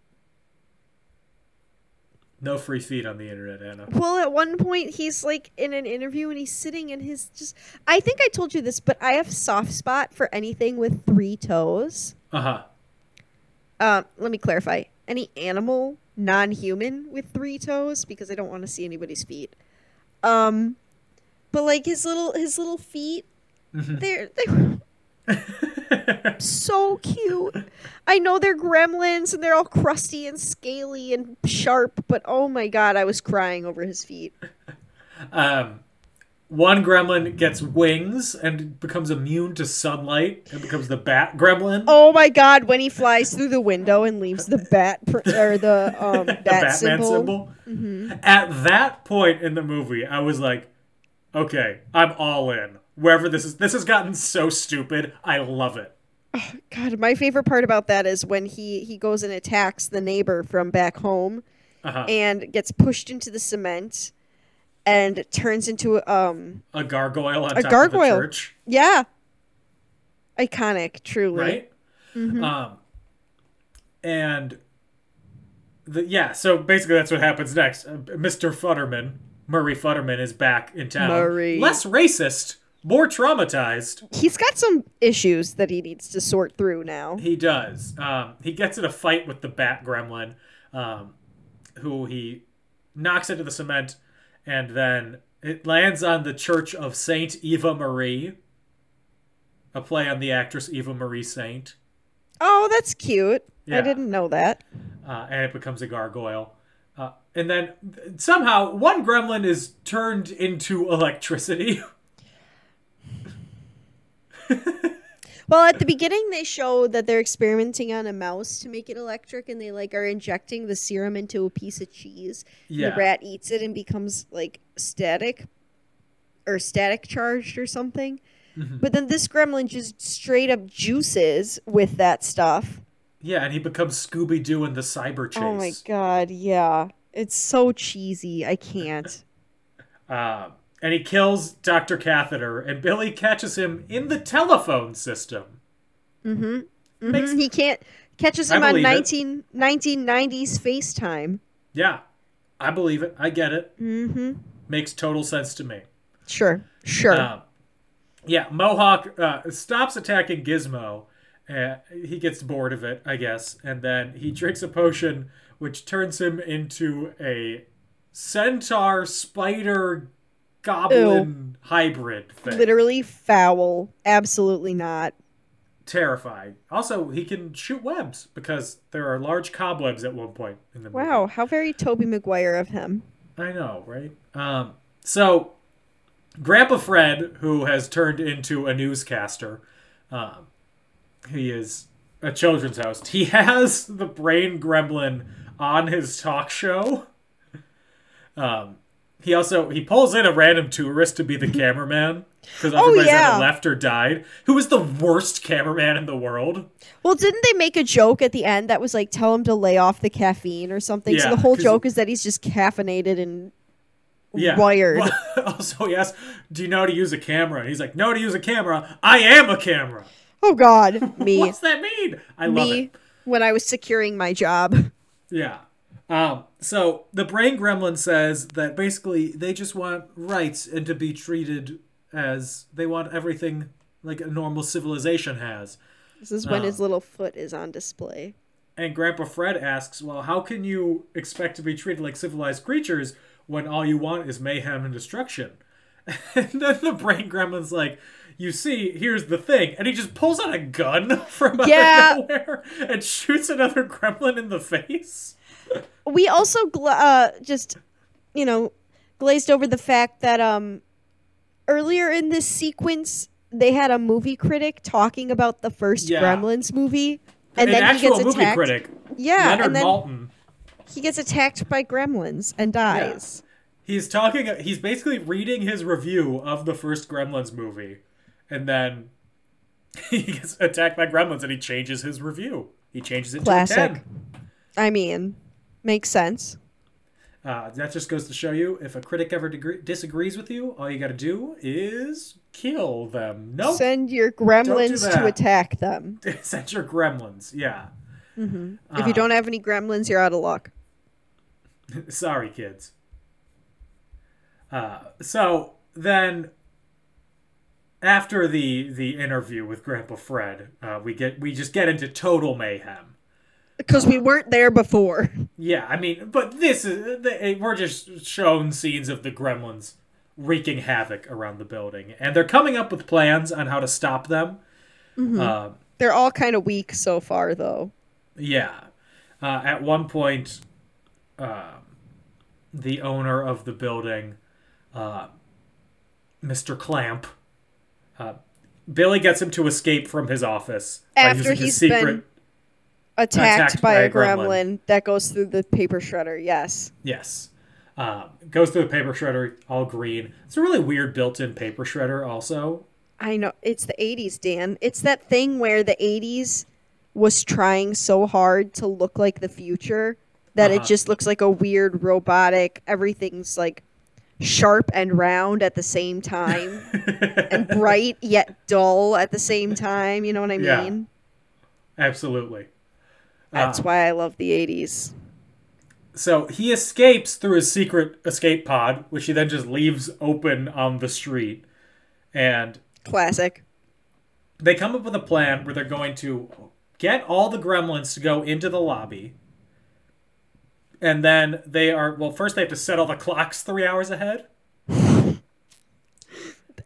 A: no free feed on the internet, Anna.
B: Well, at one point, he's like in an interview and he's sitting in his just. I think I told you this, but I have soft spot for anything with three toes.
A: Uh huh.
B: Um, let me clarify. Any animal, non-human, with three toes, because I don't want to see anybody's feet. Um, but like his little his little feet,
A: Mm-hmm.
B: they're they were so cute. I know they're gremlins and they're all crusty and scaly and sharp, but oh my god, I was crying over his feet.
A: Um, one gremlin gets wings and becomes immune to sunlight and becomes the bat gremlin.
B: Oh my god, when he flies through the window and leaves the bat pr- or the um
A: the
B: bat
A: Batman
B: symbol. Mm-hmm.
A: symbol. At that point in the movie, I was like, okay, I'm all in. Wherever this is, this has gotten so stupid. I love it.
B: God, my favorite part about that is when he he goes and attacks the neighbor from back home,
A: Uh-huh.
B: and gets pushed into the cement, and turns into um
A: A gargoyle on
B: A
A: top
B: gargoyle.
A: of the church,
B: yeah, iconic, truly.
A: right? Um, and the, yeah, so basically that's what happens next. Uh, Mr. Futterman, Murray Futterman, is back in town.
B: Murray.
A: Less racist, more traumatized.
B: He's got some issues that he needs to sort through now.
A: He does. Um, he gets in a fight with the Bat Gremlin, um, who he knocks into the cement, and then it lands on the church of Saint Eva Marie, a play on the actress Eva Marie Saint,
B: Oh, that's cute.
A: Yeah.
B: I didn't know that.
A: uh, and it becomes a gargoyle. Uh, and then somehow one gremlin is turned into electricity.
B: Well, at the beginning they show that they're experimenting on a mouse to make it electric and they like are injecting the serum into a piece of cheese. and
A: Yeah.
B: The rat eats it and becomes like static or static charged or something.
A: Mm-hmm.
B: But then this gremlin just straight up juices with that stuff.
A: yeah, and he becomes Scooby Doo in the cyber chase.
B: Oh my god, yeah. It's so cheesy. I can't. Mm-hmm.
A: Um, and he kills Dr. Catheter, and Billy catches him in the telephone system.
B: Mhm, he can't catches
A: I
B: him on
A: believe it.
B: 19, 1990s FaceTime.
A: Yeah, I believe it. I get it. Mm-hmm. Makes total sense to me.
B: Sure. Sure.
A: Um, yeah, Mohawk uh, stops attacking Gizmo. Uh, he gets bored of it, I guess, and then he drinks a potion which turns him into a centaur spider goblin hybrid thing.
B: Literally foul. Absolutely not.
A: terrifying. Also, he can shoot webs because there are large cobwebs at one point in the movie.
B: Wow, how very Toby Maguire of him.
A: I know, right? Um, so, Grandpa Fred, who has turned into a newscaster, um, he is a children's host. He has the brain gremlin on his talk show. Um, he also he pulls in a random tourist to be the cameraman because everybody's
B: Oh, yeah.
A: either left or died. Who is the worst cameraman in the world?
B: Well, didn't they make a joke at the end that was like tell him to lay off the caffeine or something? so
A: Yeah,
B: the whole
A: 'cause-
B: joke is that he's just caffeinated and
A: yeah.
B: wired.
A: Well, also, he asks, "Do you know how to use a camera?" And he's like, "No, how to use a camera. I am a camera."
B: oh god, me,
A: What's that mean? I love
B: me,
A: it.
B: when I was securing my job.
A: Yeah. Um, so the brain gremlin says that basically they just want rights and to be treated as they want everything like a normal civilization has. Oh.
B: This is when his little foot is on display.
A: And Grandpa Fred asks, Well, how can you expect to be treated like civilized creatures when all you want is mayhem and destruction? And then the brain gremlin's like, You see, here's the thing. And he just pulls out a gun from out of
B: Yeah.
A: nowhere and shoots another gremlin in the face.
B: we also gla- uh, just you know glazed over the fact that um earlier in this sequence they had a movie critic talking about the first
A: Yeah.
B: gremlins movie and
A: An
B: then he
A: actual
B: gets
A: movie
B: attacked
A: critic,
B: yeah
A: Leonard
B: and then
A: Malton,
B: he gets attacked by gremlins and dies
A: he's talking he's basically reading his review of the first gremlins movie and then he gets attacked by gremlins and he changes his review he changes it
B: Classic.
A: to a 10
B: i mean makes sense
A: uh, that just goes to show you if a critic ever degre- disagrees with you all you gotta do is kill them no nope.
B: send your gremlins to
A: that.
B: attack them
A: send your gremlins yeah
B: if
A: Ah.
B: you don't have any gremlins you're out of luck
A: Sorry, kids. Uh, so then, after the the interview with Grandpa Fred, uh, we get we just get into total mayhem.
B: because we weren't there before
A: Yeah, I mean, but this is the- eh, we're just shown scenes of the gremlins wreaking havoc around the building, and they're coming up with plans on how to stop them. Uh,
B: they're all kind of weak so far though
A: Yeah. Uh, at one point, um, the owner of the building, uh, Mr. Clamp, uh, Billy gets him to escape from his office by
B: After
A: using his
B: he's
A: secret.
B: been- attacked,
A: Attacked by
B: by,
A: a
B: a gremlin.
A: gremlin.
B: that goes through the paper shredder. Yes.
A: Yes. Um, goes through the paper shredder, all green. It's a really weird built-in paper shredder, also.
B: I know. It's the 80s, Dan. It's that thing where the 80s was trying so hard to look like the future that
A: Uh-huh.
B: it just looks like a weird robotic, everything's like sharp and round at the same time and bright yet dull at the same time. You know what I
A: Yeah. Uh-huh.
B: mean?
A: Absolutely.
B: That's why I love the 80s.
A: So he escapes through his secret escape pod, which he then just leaves open on the street. And
B: Classic.
A: they come up with a plan where they're going to get all the gremlins to go into the lobby and then they are well first they have to set all the clocks three hours ahead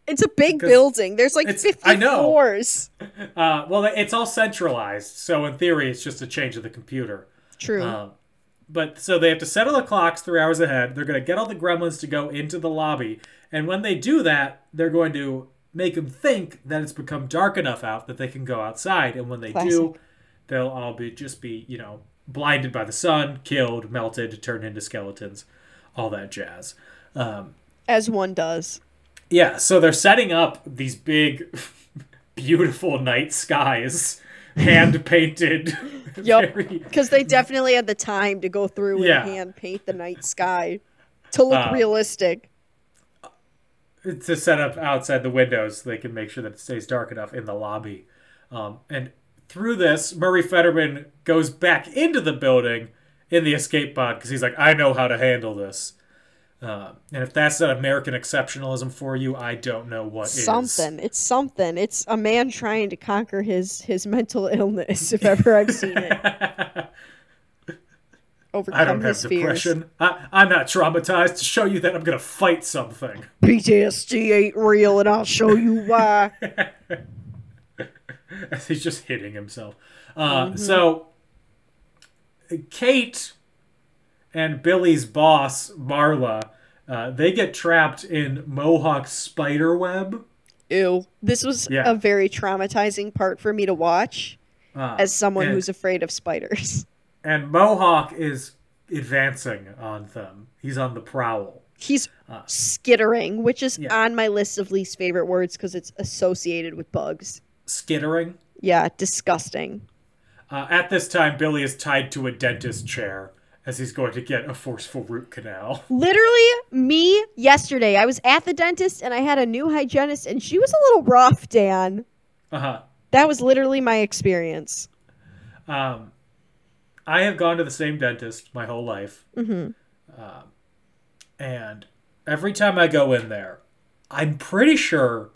B: It's a big
A: 'Cause
B: building. There's like
A: it's-
B: 50
A: I know.
B: floors.
A: uh, well it's all centralized so in theory it's just a change of the computer
B: True.
A: Um, but so they have to set all the clocks three hours ahead. They're going to get all the gremlins to go into the lobby. And when they do that, they're going to make them think that it's become dark enough out that they can go outside. And when they do,
B: Classic.
A: they'll all be just be, you know, blinded by the sun, killed, melted, turned into skeletons, all that jazz.
B: As one does.
A: Yeah, so they're setting up these big, beautiful night skies, hand painted.
B: Yup.
A: very-
B: Because they definitely had the time to go through
A: Yeah. Uh,
B: and hand paint the night sky to look realistic.
A: to set up outside the windows so they can make sure that it stays dark enough in the lobby. Um, and through this, Murray Fetterman goes back into the building in the escape pod because he's like, I know how to handle this. Uh, and if that's not American exceptionalism for you, I don't know what is.
B: Something. It's something. It's a man trying to conquer his his mental illness. If ever I've seen it, overcome
A: I don't have
B: his fears.
A: depression. I, I'm not traumatized to show you that I'm going to fight something.
B: PTSD ain't real, and I'll show you why.
A: He's just hitting himself. Uh, So, Kate and Billy's boss, Marla, uh, they get trapped in Mohawk's spider web.
B: Ew. This was
A: Yeah.
B: a very traumatizing part for me to watch as someone
A: Uh, and-
B: who's afraid of spiders.
A: And Mohawk is advancing on them. He's on the prowl.
B: He's skittering, which is
A: Ah. Yeah.
B: on my list of least favorite words because it's associated with bugs.
A: Skittering.
B: Yeah, disgusting.
A: Uh, at this time, Billy is tied to a dentist chair as he's going to get a forceful root canal.
B: Literally, me yesterday, I was at the dentist and I had a new hygienist, and she was a little rough, Dan.
A: Uh-huh.
B: That was literally my experience.
A: Um, I have gone to the same dentist my whole life. Um,
B: Mm-hmm.
A: and every time I go in there, I'm pretty sure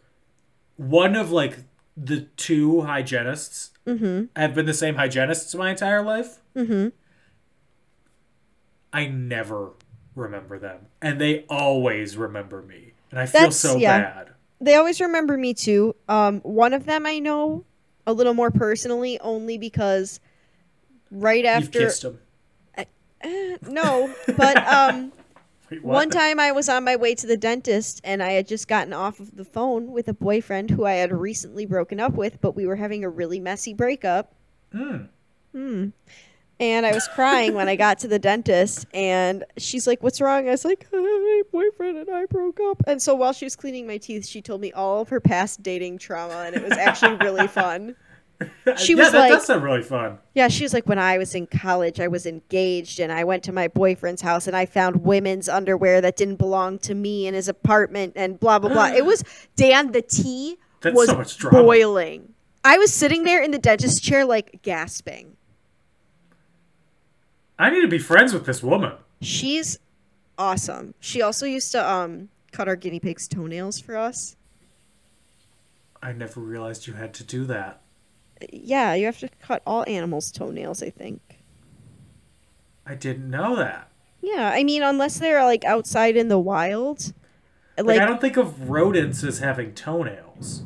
A: one of like the two hygienists
B: Mm-hmm.
A: have been the same hygienists my entire life. Mm-hmm. I never remember them, and they always remember me, and I feel
B: That's-
A: so
B: yeah.
A: bad.
B: they always remember me too. Um, one of them I know a little more personally, only because right
A: You've
B: after
A: kissed him.
B: no, but um,
A: Wait, what?
B: one time I was on my way to the dentist and I had just gotten off of the phone with a boyfriend who I had recently broken up with, but we were having a really messy breakup. Hmm. And I was crying when I got to the dentist, and she's like, "What's wrong?" I was like, "My boyfriend and I broke up." And so while she was cleaning my teeth, she told me all of her past dating trauma, and it was actually really fun. She
A: yeah,
B: was
A: that
B: like,
A: does sound really fun.
B: yeah, she was like, when I was in college, I was engaged and I went to my boyfriend's house and I found women's underwear that didn't belong to me in his apartment and blah, blah, blah. It was, Dan, the tea
A: That's
B: was
A: so much drama.
B: boiling. I was sitting there in the dentist's chair, like gasping.
A: I need to be friends with this woman.
B: She's awesome. She also used to um, cut our guinea pigs' toenails for us.
A: I never realized you had to do that.
B: Yeah, you have to cut all animals' toenails, I think.
A: I didn't know that.
B: Yeah, I mean, unless they're like outside in the wild.
A: Like,
B: Like,
A: I don't think of rodents as having toenails.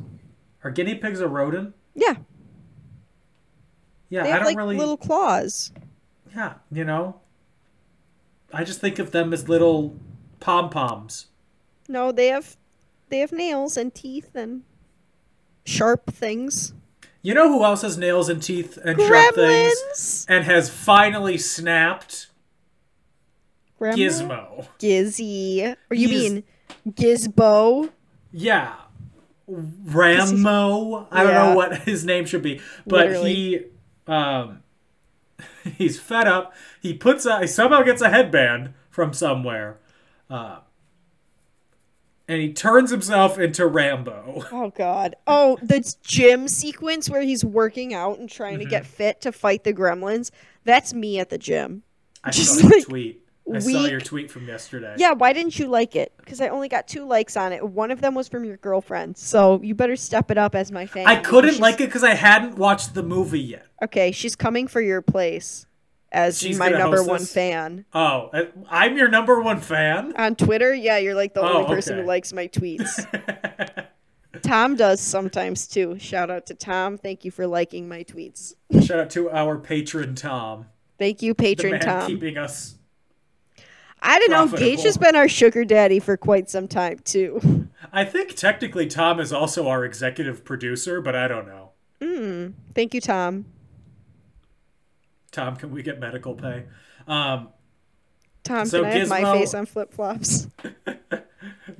A: Are guinea pigs a rodent?
B: yeah,
A: Yeah,
B: they
A: I
B: have
A: don't
B: like
A: really.
B: little claws.
A: Yeah, you know. I just think of them as little pom poms.
B: No, they have they have nails and teeth and sharp things.
A: You know who else has nails and teeth and sharp things
B: Gremlins.
A: and has finally snapped
B: Gremlin?
A: Gizmo?
B: Gizzy. Or you
A: Giz-
B: mean Gizbo?
A: Yeah. Rambo. I don't
B: Yeah.
A: know what his name should be, but
B: Literally.
A: he um he's fed up. He puts a he somehow gets a headband from somewhere. Uh and he turns himself into Rambo.
B: Oh god. Oh, the gym sequence where he's working out and trying
A: Mm-hmm.
B: to get fit to fight the gremlins. That's me at the gym.
A: I
B: Just
A: saw your
B: like
A: tweet. I saw
B: weak.
A: your tweet from yesterday.
B: Yeah, why didn't you like it? Because I only got two likes on it. One of them was from your girlfriend, so you better step it up as my fan.
A: I
B: because
A: couldn't
B: she's-
A: like it because I hadn't watched the movie yet.
B: Okay, she's coming for your place as
A: She's
B: my
A: gonna
B: number
A: host
B: one
A: this?
B: fan.
A: Oh, I- I'm your number one fan.
B: On Twitter, yeah, you're like the
A: Oh,
B: only person
A: okay.
B: who likes my tweets. Tom does sometimes too. Shout out to Tom. Thank you for liking my tweets.
A: Shout out to our patron Tom,
B: Thank you,
A: the
B: patron
A: man
B: Tom.
A: keeping us
B: I don't know.
A: profitable.
B: Gage has been our sugar daddy for quite some time too.
A: I think technically Tom is also our executive producer, but I don't know.
B: Thank you, Tom.
A: Tom, can we get medical pay? Um,
B: Tom,
A: So
B: can I have my
A: Gizmo-
B: face on flip flops?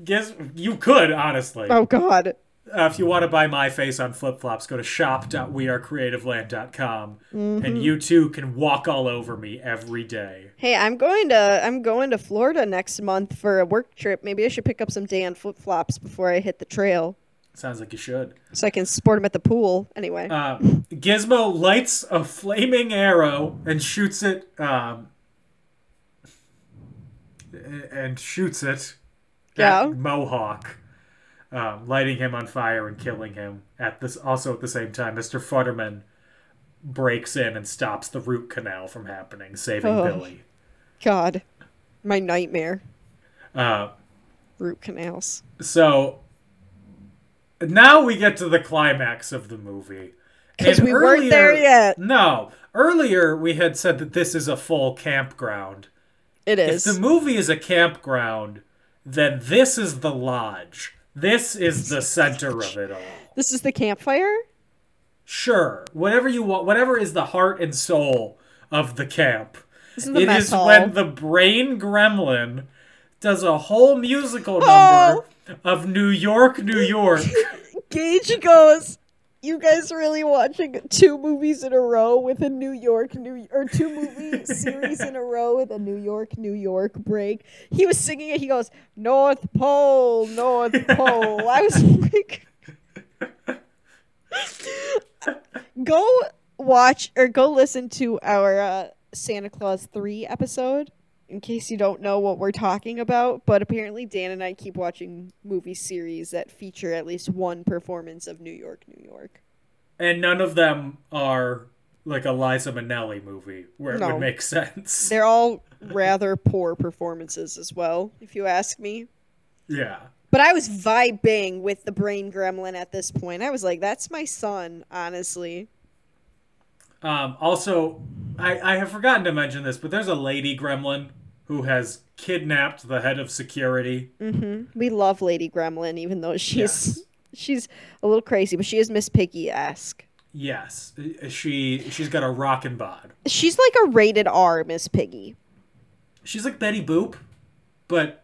A: guess you could honestly,
B: Oh God.
A: uh, if you want to buy my face on flip flops, go to shop.wearecreativeland.com, and you too can walk all over me every day.
B: Hey, I'm going to I'm going to Florida next month for a work trip. Maybe I should pick up some Dan flip flops before I hit the trail,
A: Sounds like you should.
B: so I can sport them at the pool. Anyway.
A: Uh, Gizmo lights a flaming arrow and shoots it. Um, a- and shoots it
B: Yeah.
A: at Mohawk, um, lighting him on fire and killing him. At this, also at the same time, Mister Futterman breaks in and stops the root canal from happening, saving
B: Oh.
A: Billy.
B: God, my nightmare.
A: Uh,
B: root canals.
A: so now we get to the climax of the movie.
B: 'Cause
A: And
B: we weren't there
A: earlier-
B: yet.
A: No. Earlier we had said that this is a full campground.
B: It
A: If
B: is.
A: the movie is a campground, then this is the lodge. This is the center of it all.
B: this is the campfire?
A: Sure, whatever you want, whatever is the heart and soul of the camp.
B: This is the
A: it
B: mess
A: is
B: hall.
A: when the brain gremlin does a whole musical
B: Oh.
A: number of New York, New York.
B: Gage goes, You guys really watching two movies in a row with a New York, New or two movie series in a row with a New York, New York break. He was singing it. He goes, North Pole, North Pole. I was like, Go watch or go listen to our uh, Santa Claus 3 episode. in case you don't know what we're talking about, but apparently Dan and I keep watching movie series that feature at least one performance of New York, New York.
A: And none of them are like a Liza Minnelli movie where it
B: No.
A: would make sense.
B: They're all rather poor performances as well, if you ask me.
A: yeah.
B: But I was vibing with the brain gremlin at this point. I was like, that's my son, honestly.
A: Um, also, I, I have forgotten to mention this, but there's a lady gremlin who has kidnapped the head of security.
B: We love Lady Gremlin, even though she's
A: Yes.
B: she's a little crazy, but she is Miss Piggy esque.
A: Yes, she she's got a rockin' bod.
B: She's like a rated R Miss Piggy.
A: She's like Betty Boop, but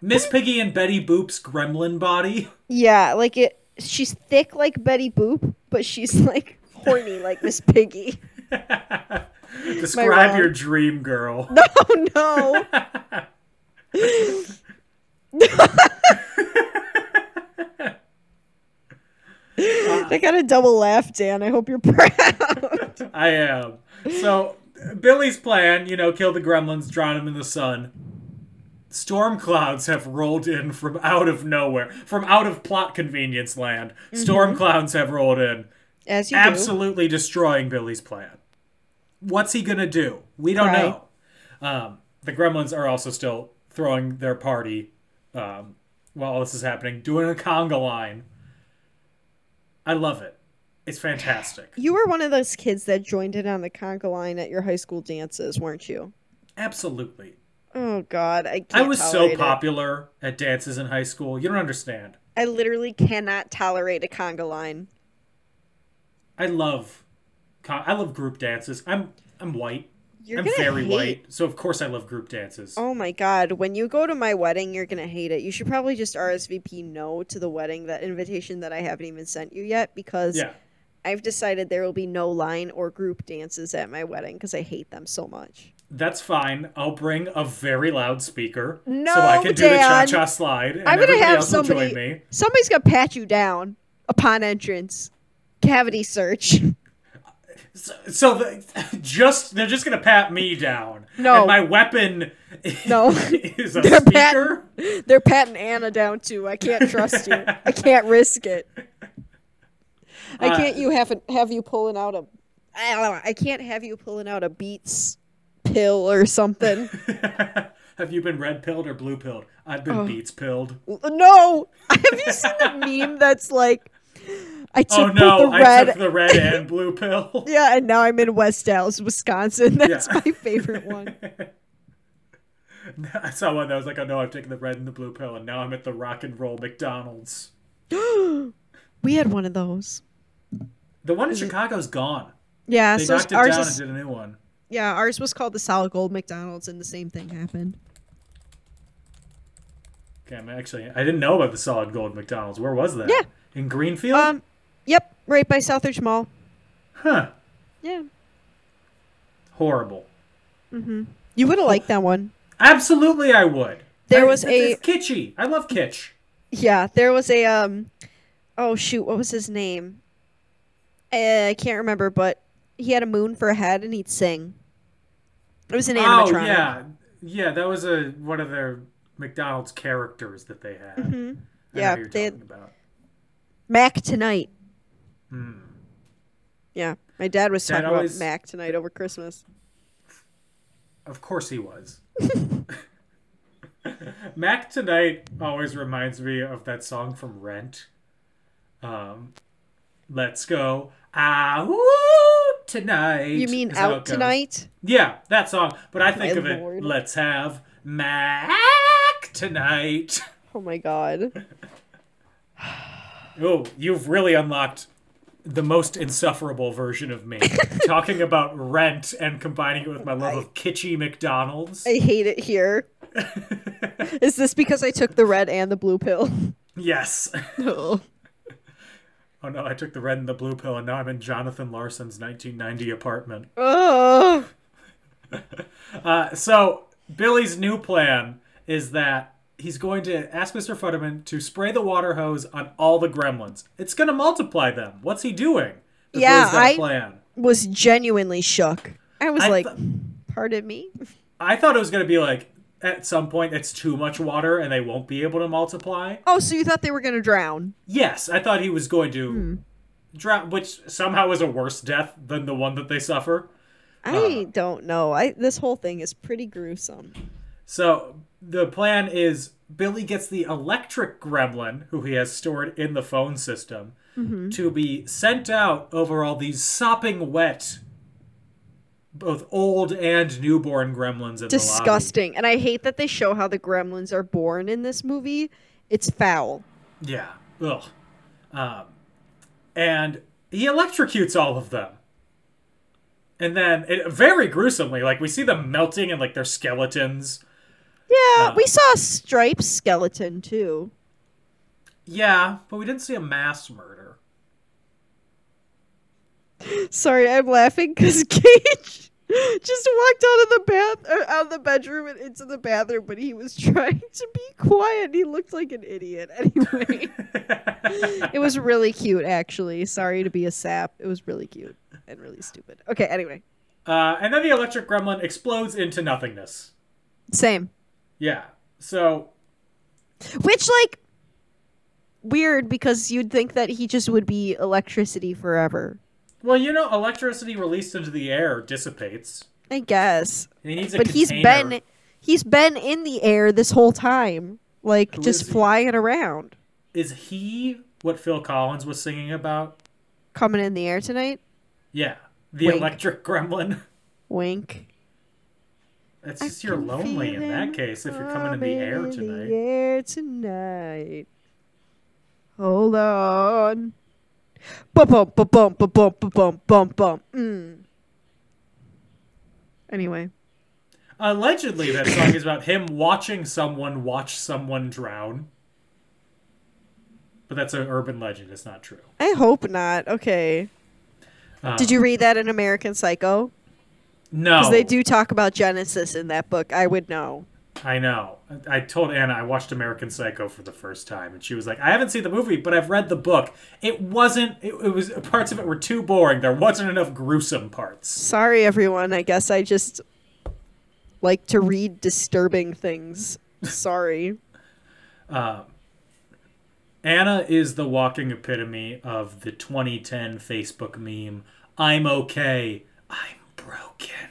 A: Miss Piggy and Betty Boop's gremlin body.
B: Yeah, like it. She's thick like Betty Boop, but she's like horny like Miss Piggy.
A: Describe
B: wrong?
A: your dream girl.
B: Oh no! I got a double laugh, Dan. I hope you're proud.
A: I am. So Billy's plan, you know, kill the gremlins, drown them in the sun. Storm clouds have rolled in from out of nowhere, from out of plot convenience land. Storm clouds have rolled in,
B: As you Mm-hmm. do.
A: absolutely destroying Billy's plan. What's he gonna do? We don't
B: Right.
A: know. Um, the gremlins are also still throwing their party um, while all this is happening, doing a conga line. I love it. It's fantastic.
B: You were one of those kids that joined in on the conga line at your high school dances, weren't you?
A: Absolutely.
B: Oh God, I can't
A: I was
B: tolerate
A: so
B: it.
A: popular at dances in high school. You don't understand.
B: I literally cannot tolerate a conga line.
A: I love, co- I love group dances. I'm I'm white.
B: You're
A: I'm
B: gonna
A: very
B: hate.
A: white, so of course I love group dances.
B: Oh my God! When you go to my wedding, you're gonna hate it. You should probably just RSVP no to the wedding that invitation that I haven't even sent you yet because
A: yeah,
B: I've decided there will be no line or group dances at my wedding because I hate them so much.
A: that's fine. I'll bring a very loud speaker
B: No,
A: so I can do
B: Dan.
A: the cha cha slide, and
B: I'm gonna
A: everybody
B: have
A: else will
B: somebody.
A: join me.
B: Somebody's gonna pat you down upon entrance. Cavity search.
A: So, so the, just they're just gonna pat me down.
B: No.
A: and my weapon
B: No.
A: is a
B: They're pat-
A: speaker.
B: They're patting Anna down too. I can't trust you. I can't risk it. I can't you have have you pulling out a I don't know. I can't have you pulling out a Beats pill or something.
A: Have you been red pilled or blue pilled? I've been
B: Oh.
A: beats pilled.
B: no. Have you seen the meme that's like I took
A: Oh
B: both
A: no,
B: the red
A: I took the red and blue pill.
B: Yeah, and now I'm in West Dallas, Wisconsin. That's
A: Yeah.
B: my favorite one.
A: I saw one that was like, oh no, I've taken the red and the blue pill, and now I'm at the rock and roll McDonald's.
B: We had one of those.
A: The one in Chicago's gone.
B: Yeah,
A: They
B: so
A: knocked it
B: ours
A: down
B: is-
A: and did a new one.
B: yeah, ours was called the Solid Gold McDonald's and the same thing happened.
A: Okay, I'm actually, I didn't know about the solid gold McDonald's. Where was that?
B: Yeah.
A: In Greenfield?
B: Um yep, right by Southridge Mall.
A: huh.
B: Yeah.
A: Horrible.
B: You would have liked
A: Oh.
B: that one.
A: Absolutely, I would.
B: There
A: I-
B: was
A: it's-
B: a-
A: It's kitschy. I love kitsch.
B: Yeah, there was a um oh shoot, what was his name? Uh, I can't remember, but he had a moon for a head and he'd sing. It was an animatronic.
A: Oh, yeah. Yeah, that was a one of their McDonald's characters that they had. I
B: Mm-hmm. Yeah,
A: know who you're
B: they had-
A: talking about.
B: Mac tonight. Yeah. My dad was
A: Hmm. Dad
B: talking
A: always-
B: about Mac tonight over Christmas.
A: Of course he was. Mac tonight always reminds me of that song from Rent. Um, let's go out tonight.
B: You mean
A: is how
B: out
A: it goes.
B: tonight?
A: Yeah, that song. But I think
B: My
A: of it.
B: lord.
A: Let's have Mac tonight.
B: Oh my god.
A: Oh, you've really unlocked the most insufferable version of me. Talking about Rent and combining it with my love of kitschy McDonald's.
B: I hate it here. Is this because I took the red and the blue pill?
A: Yes.
B: No.
A: Oh no, I took the red and the blue pill, and now I'm in Jonathan Larson's 1990 apartment.
B: Ugh.
A: Uh, so Billy's new plan is that he's going to ask Mr. Futterman to spray the water hose on all the gremlins. It's going to multiply them. What's he doing? But
B: Yeah,
A: Billy's got a
B: I-
A: plan.
B: was genuinely shook. I was
A: I
B: like,
A: th-
B: pardon me?
A: I thought it was going to be like at some point it's too much water and they won't be able to multiply.
B: Oh, so you thought they were gonna drown?
A: Yes, I thought he was going to
B: Hmm.
A: drown, which somehow is a worse death than the one that they suffer.
B: I don't know. I this whole thing is pretty gruesome.
A: So the plan is Billy gets the electric gremlin, who he has stored in the phone system, to be sent out over all these sopping wet, both old and newborn gremlins in
B: Disgusting. And I hate that they show how the gremlins are born in this movie. It's foul.
A: the lobby. Yeah. Ugh. Um, and he electrocutes all of them. And then, it, very gruesomely, like we see them melting and like their skeletons.
B: Yeah, we saw a striped skeleton too.
A: Yeah, but we didn't see a mass murder.
B: Sorry, I'm laughing because Gage just walked out of the bath or out of the bedroom and into the bathroom, but he was trying to be quiet. He looked like an idiot anyway. it was really cute, actually. Sorry to be a sap. It was really cute and really stupid. Okay, anyway,
A: Uh, and then the electric gremlin explodes into nothingness.
B: same.
A: Yeah. So
B: Which like weird because you'd think that he just would be electricity forever.
A: Well, you know, electricity released into the air dissipates.
B: I guess.
A: He needs a
B: but he's
A: container.
B: been he's been in the air this whole time, like
A: Who
B: just
A: is he?
B: flying around.
A: Is he what Phil Collins was singing about?
B: Coming in the air tonight?
A: Yeah, the
B: Wink.
A: electric gremlin.
B: Wink.
A: It's
B: I
A: just you're
B: can
A: lonely in
B: feel
A: that
B: him
A: case if you're coming in the air
B: coming in
A: tonight.
B: the air tonight. Hold on. Bum bum bum bum bum bum bum bum bum bum. Mm. Anyway,
A: Allegedly, that song is about him watching someone watch someone drown. But that's an urban legend. It's not true.
B: I hope not. Okay.
A: Uh,
B: Did you read that in American Psycho?
A: No,
B: Because they do talk about Genesis in that book. I would know.
A: I know. I- I told Anna I watched American Psycho for the first time, and she was like, "I haven't seen the movie, but I've read the book. It wasn't. It, it was parts of it were too boring. There wasn't enough gruesome parts."
B: Sorry, everyone. I guess I just like to read disturbing things. Sorry.
A: Anna is the walking epitome of the 2010 Facebook meme. I'm okay. I'm broken.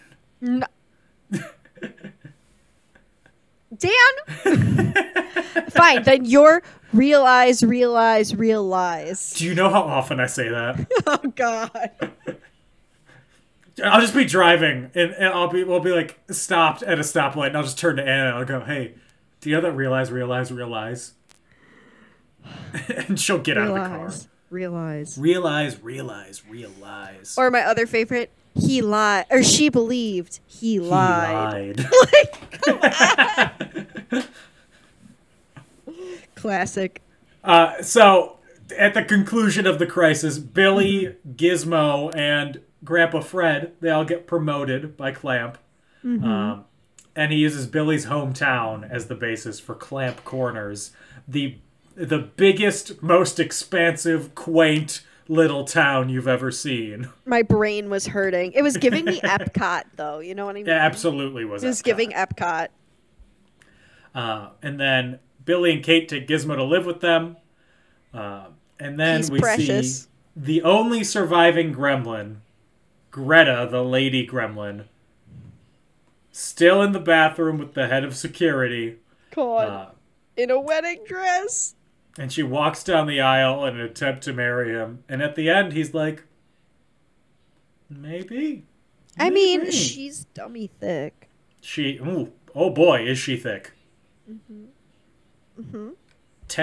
B: Dan! Fine, then you're realize, realize, realize.
A: Do you know how often I say that?
B: Oh, God.
A: I'll just be driving, and, and I'll be we'll be like stopped at a stoplight, and I'll just turn to Anna. and I'll go, "Hey, do you know that realize, realize, realize?" and she'll get out of the car.
B: Realize. Realize.
A: Realize, realize, realize.
B: Or my other favorite, he lied, or she believed he
A: He
B: lied.
A: lied.
B: Classic.
A: Uh, so, at the conclusion of the crisis, Billy, Gizmo, and Grandpa Fred they all get promoted by Clamp, um, and he uses Billy's hometown as the basis for Clamp Corners, the the biggest, most expansive, quaint little town you've ever seen.
B: My brain was hurting. It was giving me Epcot, though. You know what I mean?
A: It absolutely was.
B: It was
A: Epcot.
B: giving Epcot.
A: Uh, and then Billy and Kate take Gizmo to live with them. Uh, and then
B: He's
A: we see
B: precious.
A: the only surviving gremlin, Greta, the lady gremlin, still in the bathroom with the head of security.
B: God.
A: Uh,
B: in a wedding dress.
A: and she walks down the aisle in an attempt to marry him. And at the end, he's like, maybe.
B: I mean,
A: Maybe.
B: she's dummy thick.
A: She, ooh, oh boy, is she thick.
B: Mm-hmm.
A: 10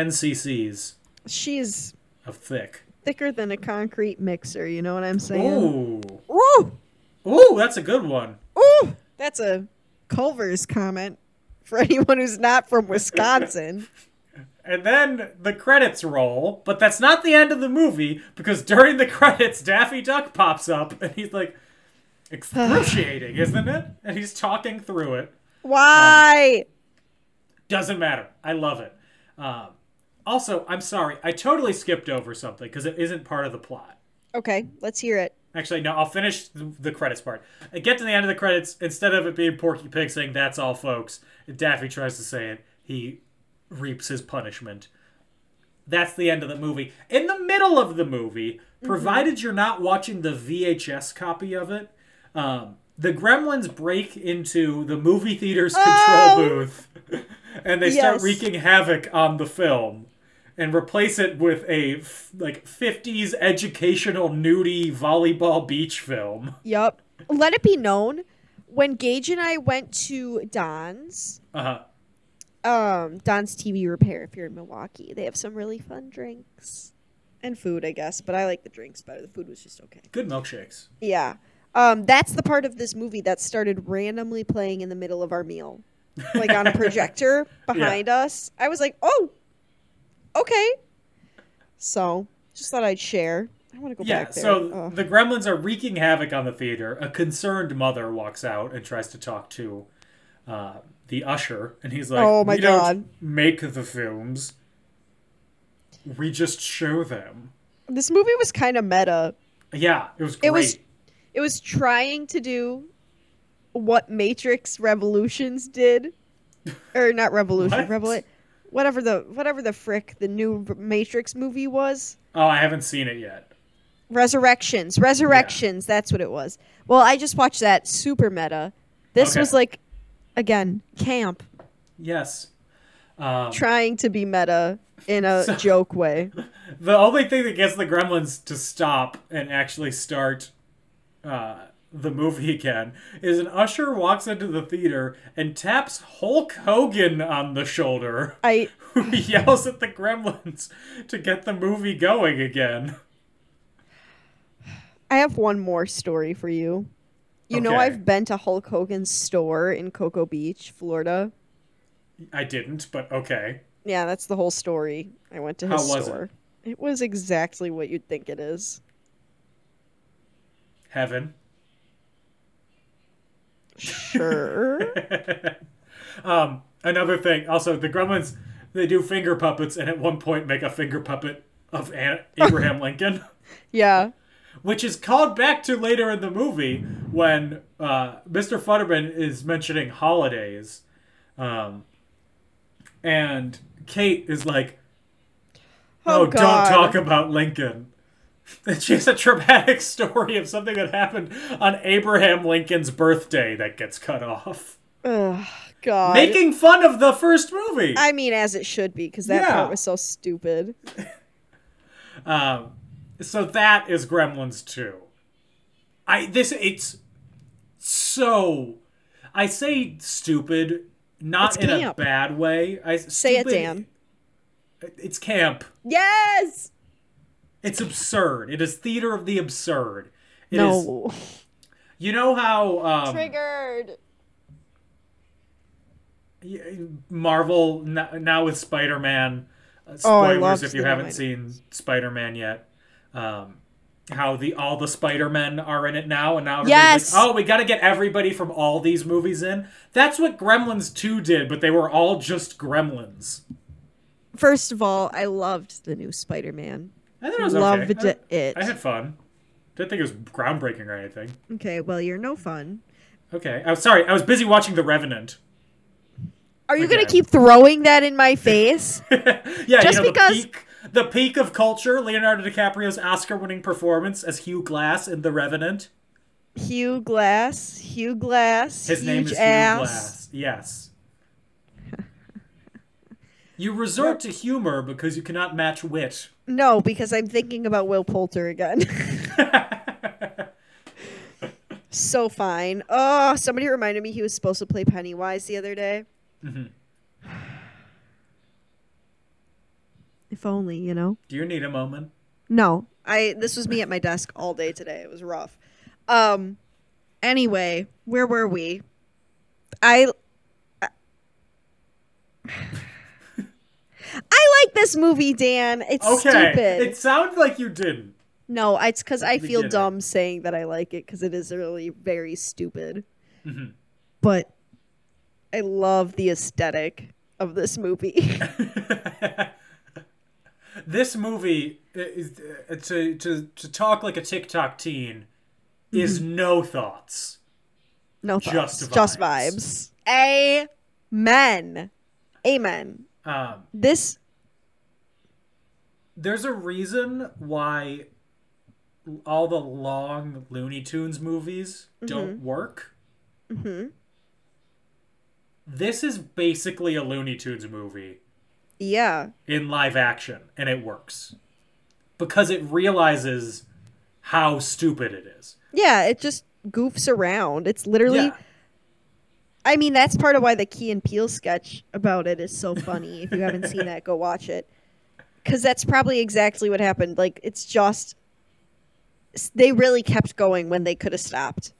A: cc's
B: She's
A: of thick.
B: thicker than a concrete mixer. You know what I'm saying?
A: Ooh.
B: Ooh,
A: Ooh, that's a good one.
B: ooh, that's a Culver's comment for anyone who's not from Wisconsin.
A: And then the credits roll, but that's not the end of the movie because during the credits, Daffy Duck pops up and he's like, excruciating, isn't it? And he's talking through it.
B: Why?
A: Doesn't matter. I love it. Um, also, I'm sorry, I totally skipped over something because it isn't part of the plot.
B: Okay, let's hear it.
A: Actually, no, I'll finish th- the credits part. I get to the end of the credits. Instead of it being Porky Pig saying, That's all, folks, Daffy tries to say it. He reaps his punishment. That's the end of the movie. In the middle of the movie, provided you're not watching the VHS copy of it, um, the gremlins break into the movie theater's control booth and they start
B: Yes.
A: wreaking havoc on the film and replace it with a f- like 50s educational nudie volleyball beach film.
B: Yep. Let it be known when Gage and I went to Don's,
A: Uh-huh.
B: um, Don's TV Repair, if you're in Milwaukee, they have some really fun drinks and food, I guess, but I like the drinks better. The food was just okay.
A: Good milkshakes.
B: Yeah. Um, that's the part of this movie that started randomly playing in the middle of our meal, like on a projector behind us. I was like, oh, okay. So just thought I'd share. I want to go
A: Yeah,
B: back there. Oh.
A: so
B: Ugh.
A: the gremlins are wreaking havoc on the theater. A concerned mother walks out and tries to talk to uh, the usher, and he's like,
B: Oh my
A: we don't
B: God.
A: make the films. We just show them."
B: this movie was kind of meta.
A: Yeah, it was great.
B: It was, it was trying to do what Matrix Revolutions did, or not Revolution,
A: What?
B: Revel, whatever the whatever the frick the new Matrix movie was.
A: oh, I haven't seen it yet.
B: Resurrections. Resurrections. That's what it was. Well, I just watched that super meta. This
A: Okay.
B: was like, again, camp
A: Yes, um,
B: trying to be meta in a
A: So-
B: joke way.
A: the only thing that gets the gremlins to stop and actually start uh, the movie again is an usher walks into the theater and taps Hulk Hogan on the shoulder.
B: I
A: who yells at the gremlins to get the movie going again.
B: I have one more story for you. You know
A: Okay.
B: I've been to Hulk Hogan's store in Cocoa Beach, Florida.
A: I didn't, but okay.
B: Yeah, that's the whole story. I went to his
A: How was it?
B: store. It? was exactly what you'd think it is.
A: Heaven.
B: Sure.
A: Um, another thing, also, the gremlins, they do finger puppets and at one point make a finger puppet of An- Abraham Lincoln,
B: yeah.
A: which is called back to later in the movie when uh, Mr. Futterman is mentioning holidays. Um, and Kate is like, Oh, don't
B: God.
A: talk about Lincoln. And she has a traumatic story of something that happened on Abraham Lincoln's birthday that gets cut off.
B: Ugh, God.
A: Making fun of the first movie.
B: I mean, as it should be, because that
A: Yeah.
B: part was so stupid.
A: Um, so that is Gremlins 2. I this it's so I say stupid not
B: It's
A: in
B: camp.
A: a bad way. I
B: Say it,
A: stupid-
B: Dan.
A: It's camp.
B: Yes.
A: It's absurd. It is theater of the absurd. It is
B: no.
A: you know how um,
B: Triggered.
A: Marvel n- now with Spider Man. Uh,
B: Oh, I
A: spoilers
B: love
A: if you haven't
B: Spider-Man.
A: seen Spider Man yet. Um, how the all the Spider Men are in it now, and now everybody's
B: Yes!
A: like, oh, we got to get everybody from all these movies in. That's what Gremlins Two did, but they were all just Gremlins.
B: First of all, I loved the new Spider-Man.
A: I thought it was
B: Loved
A: okay. I-
B: it.
A: I had fun. Didn't think it was groundbreaking or anything.
B: Okay, well, you're no fun.
A: Okay, I was sorry. I was busy watching The Revenant.
B: Are you gonna
A: Okay.
B: keep throwing that in my face?
A: Yeah,
B: Just
A: you know,
B: because-
A: the peak, the peak of culture, Leonardo DiCaprio's Oscar-winning performance as Hugh Glass in The Revenant.
B: Hugh Glass, Hugh Glass,
A: His name
B: huge
A: is Hugh
B: ass.
A: Glass. Yes. you resort to humor because you cannot match wit.
B: No, because I'm thinking about Will Poulter again. so fine. Oh, somebody reminded me he was supposed to play Pennywise the other day.
A: Mm-hmm.
B: if only, you know.
A: Do you need a moment?
B: No, I this was me at my desk all day today. It was rough. Um anyway, where were we? I I like this movie, Dan. It's
A: Okay.
B: stupid.
A: It sounds like you didn't.
B: No, it's because I feel
A: beginning.
B: dumb saying that I like it because it is really very stupid. But I love the aesthetic of this movie.
A: This movie, uh, is- uh, to, to, to talk like a TikTok teen, is
B: Mm-hmm.
A: no thoughts.
B: No thoughts.
A: Just
B: Just vibes. Just
A: vibes.
B: vibes. Amen. Amen.
A: Um,
B: This
A: there's a reason why all the long Looney Tunes movies don't work. Mm-hmm. This is basically a Looney Tunes movie
B: yeah.
A: in live action, and it works because it realizes how stupid it is.
B: Yeah, it just goofs around. It's literally
A: Yeah.
B: I mean, that's part of why the Key and Peele sketch about it is so funny. If you haven't seen that, go watch it. Because that's probably exactly what happened. Like, it's just. s- They really kept going when they could have stopped.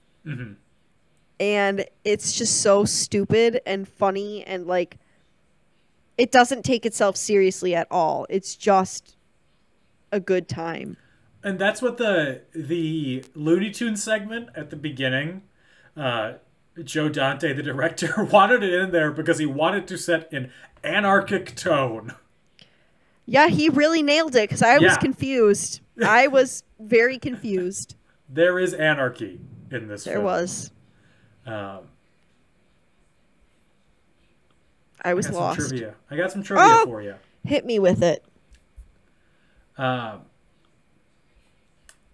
B: And it's just so stupid and funny and, like, it doesn't take itself seriously at all. It's just a good time.
A: and that's what the the Looney Tunes segment at the beginning. Uh, Joe Dante, the director, wanted it in there because he wanted to set an anarchic tone.
B: Yeah, he really nailed it because I was
A: Yeah.
B: confused. I was very confused.
A: There is anarchy in this.
B: There
A: film.
B: was.
A: Um,
B: I was
A: I got
B: lost.
A: some trivia. I got some trivia
B: Oh!
A: for you.
B: Hit me with it.
A: Um,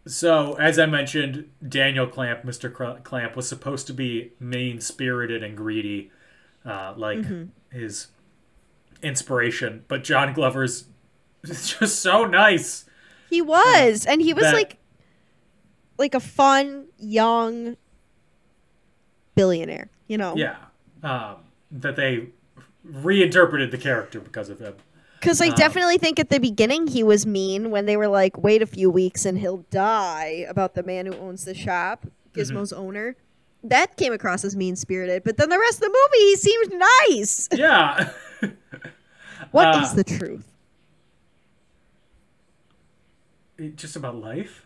A: so, as I mentioned, Daniel Clamp, Mr. Cr- Clamp, was supposed to be mean spirited and greedy, uh, like his inspiration. But John Glover's just so nice.
B: He was, and he was
A: that-
B: like, like a fun young billionaire. You know,
A: Yeah. Um, that they reinterpreted the character because of him.
B: Because
A: Uh-huh.
B: I definitely think at the beginning he was mean when they were like, "Wait a few weeks and he'll die." About the man who owns the shop,
A: Mm-hmm.
B: Gizmo's owner. That came across as mean spirited, but then the rest of the movie he seemed nice.
A: Yeah.
B: What is
A: Uh,
B: the truth?
A: just about life?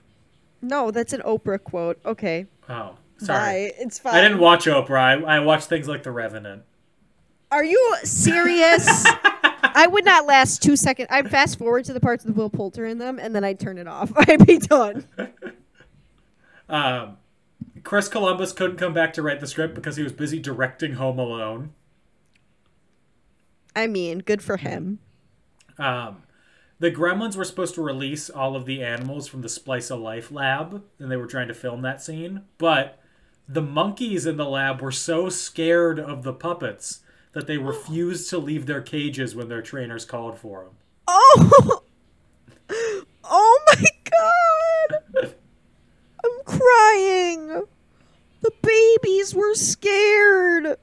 B: No, that's an Oprah quote. Okay,
A: Oh, sorry.
B: bye. It's fine.
A: I didn't watch Oprah. I, I watched things like The Revenant.
B: Are you serious? I would not last two seconds. I'd fast forward to the parts with Will Poulter in them, and then I'd turn it off. I'd be done.
A: Um, Chris Columbus couldn't come back to write the script because he was busy directing Home Alone.
B: I mean, good for him.
A: Um, the Gremlins were supposed to release all of the animals from the Splice of Life lab, and they were trying to film that scene. But the monkeys in the lab were so scared of the puppets that they refused to leave their cages when their trainers called for them.
B: Oh, oh my god! I'm crying. The babies were scared.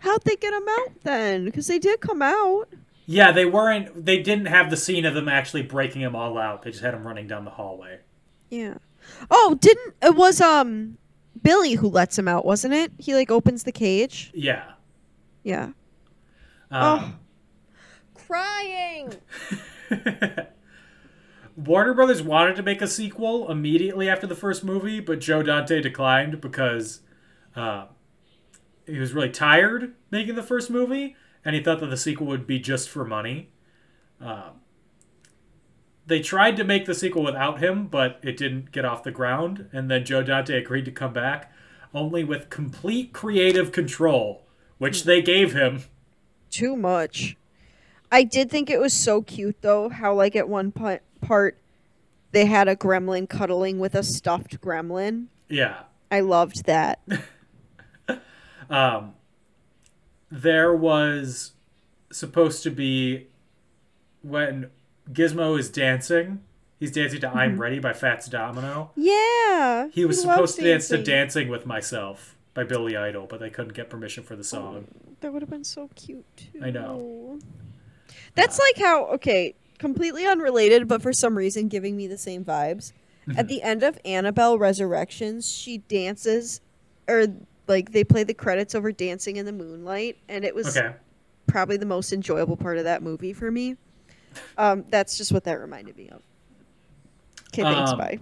B: How'd they get them out then? Because they did come out.
A: Yeah, they weren't. They didn't have the scene of them actually breaking them all out. They just had them running down the hallway.
B: Yeah. Oh, didn't it was um Billy who lets him out, wasn't it? He like opens the cage.
A: Yeah.
B: Yeah.
A: Um,
B: Crying.
A: Warner Brothers wanted to make a sequel immediately after the first movie, but Joe Dante declined because uh, he was really tired making the first movie, and he thought that the sequel would be just for money. Um, they tried to make the sequel without him, but it didn't get off the ground, and then Joe Dante agreed to come back only with complete creative control, which they gave him.
B: Too much. I did think it was so cute though how like at one pu- part they had a gremlin cuddling with a stuffed gremlin.
A: Yeah.
B: I loved that.
A: um, there was supposed to be when Gizmo is dancing. He's dancing to "I'm Ready" by Fats Domino.
B: Yeah.
A: He was
B: I
A: supposed to
B: loved
A: dance to
B: dancing.
A: "Dancing with Myself" by Billy Idol, but they couldn't get permission for the song.
B: That would have been so cute too.
A: I know.
B: That's like how okay, completely unrelated, but for some reason giving me the same vibes. At
A: Mm-hmm.
B: the end of Annabelle Resurrections, she dances or like they play the credits over dancing in the moonlight and it was
A: Okay,
B: probably the most enjoyable part of that movie for me. Um, that's just what that reminded me of. Okay, thanks,
A: Um,
B: bye.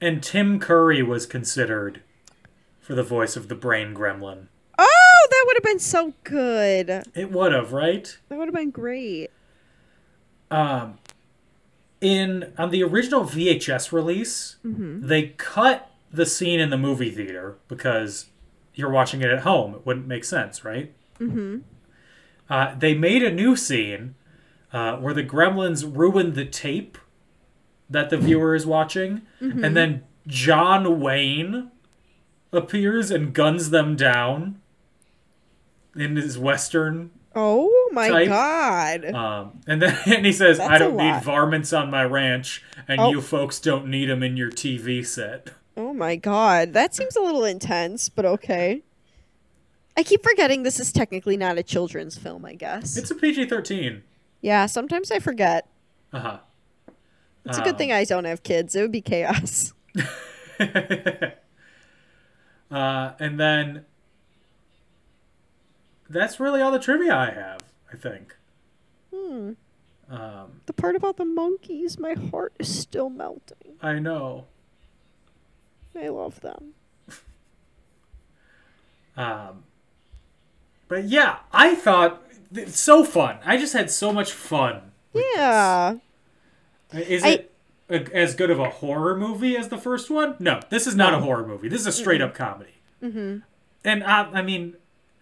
A: and Tim Curry was considered for the voice of the Brain Gremlin.
B: Oh, that would have been so good. That
A: It would have, right?
B: would have been great.
A: Um, in on the original VHS release, they cut the scene in the movie theater because you're watching it at home. It wouldn't make sense, right? Mm-hmm. Uh, they made a new scene uh, where the gremlins ruin the tape that the viewer is watching, and then John Wayne appears and guns them down in his western
B: Oh my
A: Type.
B: god.
A: um, and then and he says, "I
B: That's a
A: don't need
B: lot."
A: varmints on my ranch, and
B: Oh.
A: you folks don't need them in your TV set."
B: Oh my god, that seems a little intense, but okay. I keep forgetting this is technically not a children's film, I guess.
A: It's a PG thirteen.
B: yeah, sometimes I forget.
A: Uh huh.
B: It's a
A: Oh.
B: good thing I don't have kids. It would be chaos.
A: Uh, and then that's really all the trivia I have. I think.
B: The part about the monkeys, my heart is still melting.
A: I know.
B: I love them.
A: Um, but yeah, I thought it's so fun. I just had so much fun.
B: Yeah.
A: Is
B: I-
A: it a, as good of a horror movie as the first one? No, this is not a horror movie. This is a straight up comedy. Mm-hmm. And I, I mean,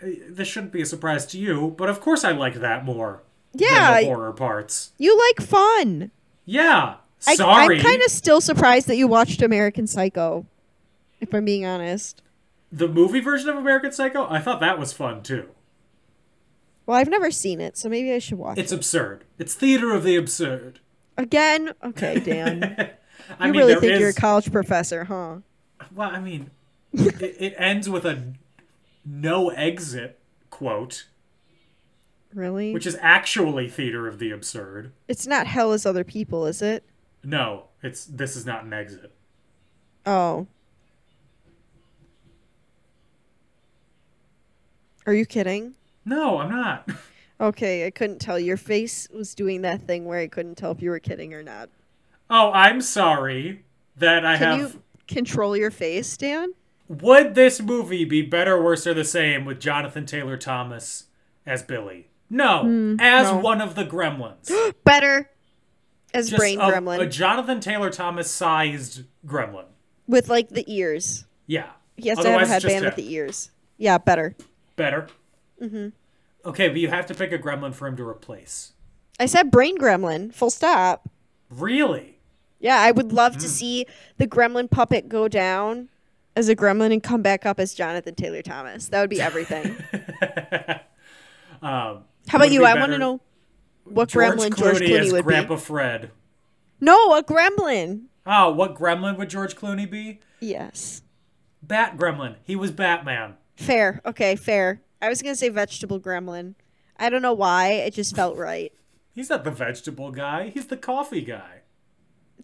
A: uh, this shouldn't be a surprise to you, but of course I liked that more than the
B: Yeah.
A: horror parts.
B: You like fun.
A: Yeah.
B: I,
A: Sorry.
B: I'm kind of still surprised that you watched American Psycho, if I'm being honest.
A: The movie version of American Psycho, I thought that was fun too.
B: Well, I've never seen it, so maybe I should watch
A: It's
B: it.
A: absurd. It's theater of the absurd.
B: Again? Okay, Dan.
A: I
B: You
A: mean,
B: really
A: there
B: think you're a
A: is-
B: college professor, huh?
A: Well, I mean, it, it ends with a no exit quote,
B: Really?
A: which is actually theater of the absurd.
B: it's not hell as other people, is it?
A: No, it's this is not an exit.
B: Oh. Are you kidding?
A: No, I'm not.
B: Okay, I couldn't tell. Your face was doing that thing where I couldn't tell if you were kidding or not.
A: Oh, I'm sorry that I
B: Can
A: have.
B: you control your face, Dan?
A: Would this movie be better, worse, or the same with Jonathan Taylor Thomas as Billy? No, as
B: Hmm, no.
A: one of the gremlins.
B: Better as
A: Just
B: brain
A: a,
B: gremlin
A: A Jonathan Taylor Thomas sized gremlin.
B: with like the ears.
A: Yeah.
B: He has
A: Otherwise,
B: to have
A: it's
B: a
A: just
B: headband with
A: him.
B: the ears. Yeah, better.
A: Better. Mm-hmm. Okay, but you have to pick a gremlin for him to replace.
B: I said brain gremlin. Full stop.
A: Really?
B: Yeah, I would love
A: Mm.
B: to see the gremlin puppet go down as a gremlin and come back up as Jonathan Taylor Thomas. That would be everything. How
A: Um, would
B: about you?
A: be
B: I want
A: better-
B: to know what
A: George
B: gremlin
A: Clooney
B: George Clooney
A: as
B: would
A: Grandpa
B: be.
A: Fred.
B: No, a gremlin.
A: Oh, what gremlin would George Clooney be?
B: Yes.
A: Bat gremlin. He was Batman.
B: Fair. Okay, fair. I was going to say vegetable gremlin. I don't know why. It just felt right.
A: He's not the vegetable guy. He's the coffee guy.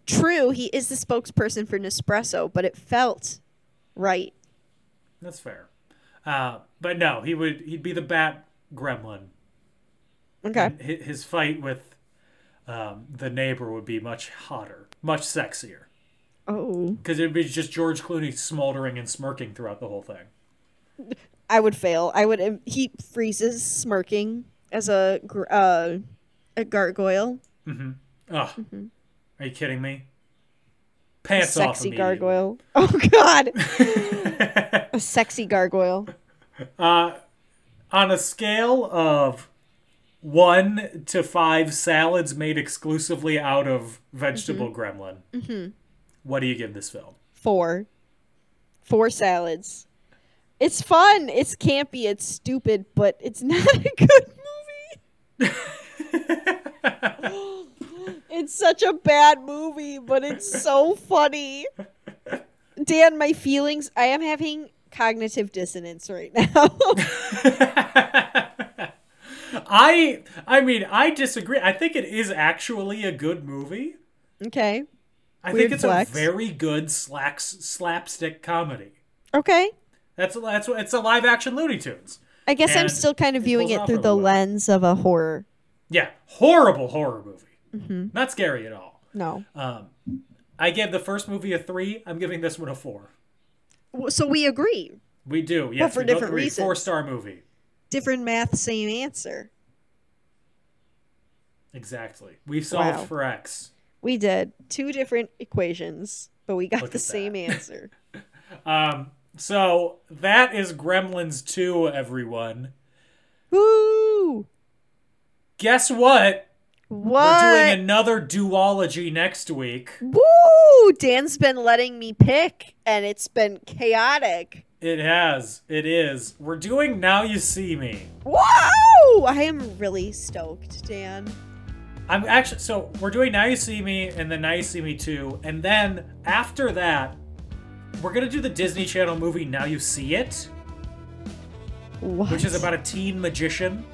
B: True, he is the spokesperson for Nespresso, but it felt right.
A: That's fair. Uh, but no, he would. He'd be the bat gremlin.
B: Okay.
A: Hi- His fight with um, the neighbor would be much hotter, much sexier,
B: Oh.
A: because it'd be just George Clooney smoldering and smirking throughout the whole thing.
B: I would fail. I would. um, He freezes, smirking as a gr- uh, a gargoyle,
A: Ugh.
B: Mm-hmm.
A: Are you kidding me? Pants off.
B: sexy
A: immediately.
B: gargoyle. Oh God, a sexy gargoyle.
A: On a scale of one to five salads made exclusively out of vegetable
B: Mm-hmm.
A: gremlin, what do you give this film?
B: Four, four salads. It's fun. It's campy. It's stupid, but it's not a good movie. it's such a bad movie, but it's so funny. Dan, my feelings. I am having cognitive dissonance right now.
A: I I mean I disagree. I think it is actually a good movie.
B: okay.
A: I
B: Weird
A: think it's
B: flex.
A: a very good slacks, slapstick comedy.
B: Okay.
A: That's that's what it's a live action Looney Tunes.
B: I guess I'm
A: and
B: still kind of
A: it
B: viewing
A: pulls
B: it
A: off
B: through
A: really
B: the
A: well.
B: lens of a horror.
A: Yeah, horrible horror movie.
B: Mm-hmm.
A: Not scary at all. Um,
B: No.
A: I gave the first movie a three. I'm giving this one a four.
B: So we agree.
A: We do. Yes,
B: for
A: we both
B: different
A: agree.
B: reasons.
A: Four star movie.
B: Different math, same answer.
A: Exactly. We've solved
B: Wow.
A: for X.
B: We did two different equations, but we got
A: Look
B: the
A: at
B: same answer.
A: Um, So that is Gremlins 2, everyone.
B: Woo!
A: Guess what? We're
B: What?
A: doing another duology next week.
B: Woo! Dan's been letting me pick, and it's been chaotic.
A: It has. It is. We're doing Now You See Me.
B: Whoa! I am really stoked, Dan.
A: I'm actually so we're doing Now You See Me and then Now You See Me 2, and then after that, we're gonna do the Disney Channel movie Now You See It,
B: What?
A: which is about a teen magician.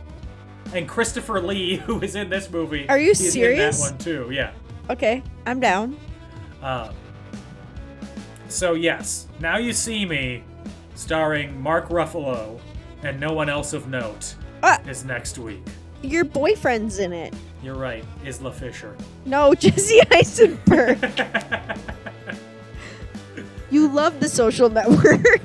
A: And Christopher Lee, who is in this movie,
B: Are you
A: is in
B: serious?
A: that one too, yeah.
B: okay, I'm down.
A: Uh, so yes, now you see me, starring Mark Ruffalo, and no one else of note
B: Ah.
A: is next week.
B: Your boyfriend's in it.
A: You're right, Isla Fisher.
B: No, Jesse Eisenberg. you love the social network.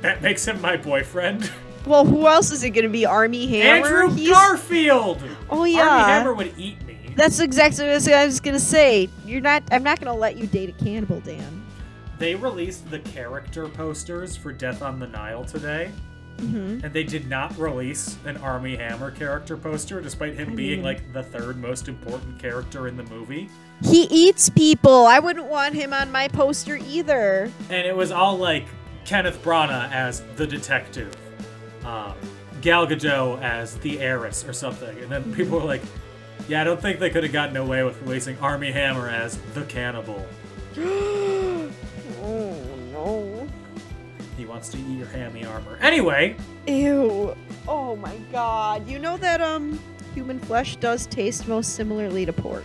A: That makes him my boyfriend.
B: well, who else is it going to be? Army Hammer?
A: Andrew
B: He's-
A: Garfield.
B: Oh,
A: Army
B: yeah.
A: Hammer would eat me.
B: That's exactly what I was going to say. You're not. I'm not going to let you date a cannibal, Dan.
A: They released the character posters for Death on the Nile today. And they did not release an Army Hammer character poster, despite him being like the third most important character in the movie.
B: He eats people. I wouldn't want him on my poster either.
A: and it was all like Kenneth Branagh as the detective, um, Gal Gadot as the heiress or something, and then people were like, "Yeah, I don't think they could have gotten away with releasing Army Hammer as the cannibal.
B: Oh no.
A: He wants to eat your hammy armor." Anyway,
B: Ew. Oh my god. You know that um human flesh does taste most similarly to pork.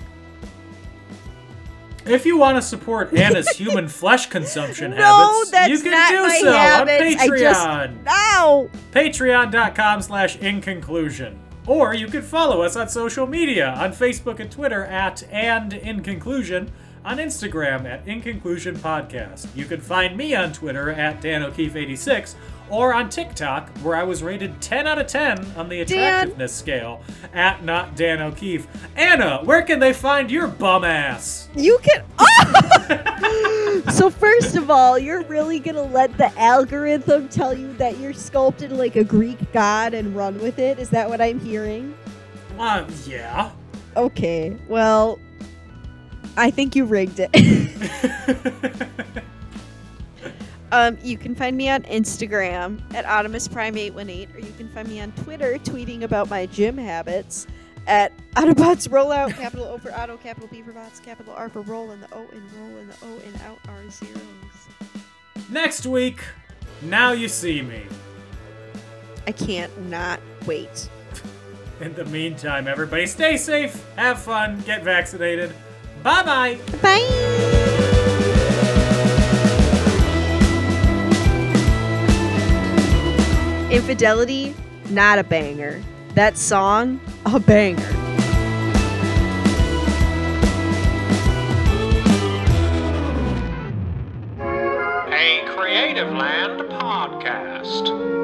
A: if you want to support Anna's human flesh consumption
B: No,
A: habits,
B: that's
A: you can
B: not
A: do
B: my
A: so
B: habits.
A: on
B: I just-
A: Patreon.
B: Ow!
A: patreon.com slash inconclusion or you can follow us on social media on facebook and twitter at and in conclusion on instagram at inconclusion podcast you can find me on twitter at dan o'keefe 86 or on tiktok where i was rated 10 out of 10 on the attractiveness scale at not dan o'keefe anna where can they find your bum ass
B: You can Oh! So first of all, you're really gonna let the algorithm tell you that you're sculpted like a Greek god and run with it? Is that what I'm hearing?
A: well Uh, yeah
B: Okay, well I think you rigged it. Um, you can find me on Instagram at AutomusPrime818, or you can find me on Twitter tweeting about my gym habits at Autobots Rollout, capital O for Auto, capital B for Bots, capital R for Roll, and the O and Roll and the O and Out are zeros.
A: next week now you see me
B: I can't not wait.
A: In the meantime, everybody stay safe, have fun, get vaccinated. Bye bye.
B: Bye! Infidelity, not a banger. That song, a banger.
C: a Creative Land podcast.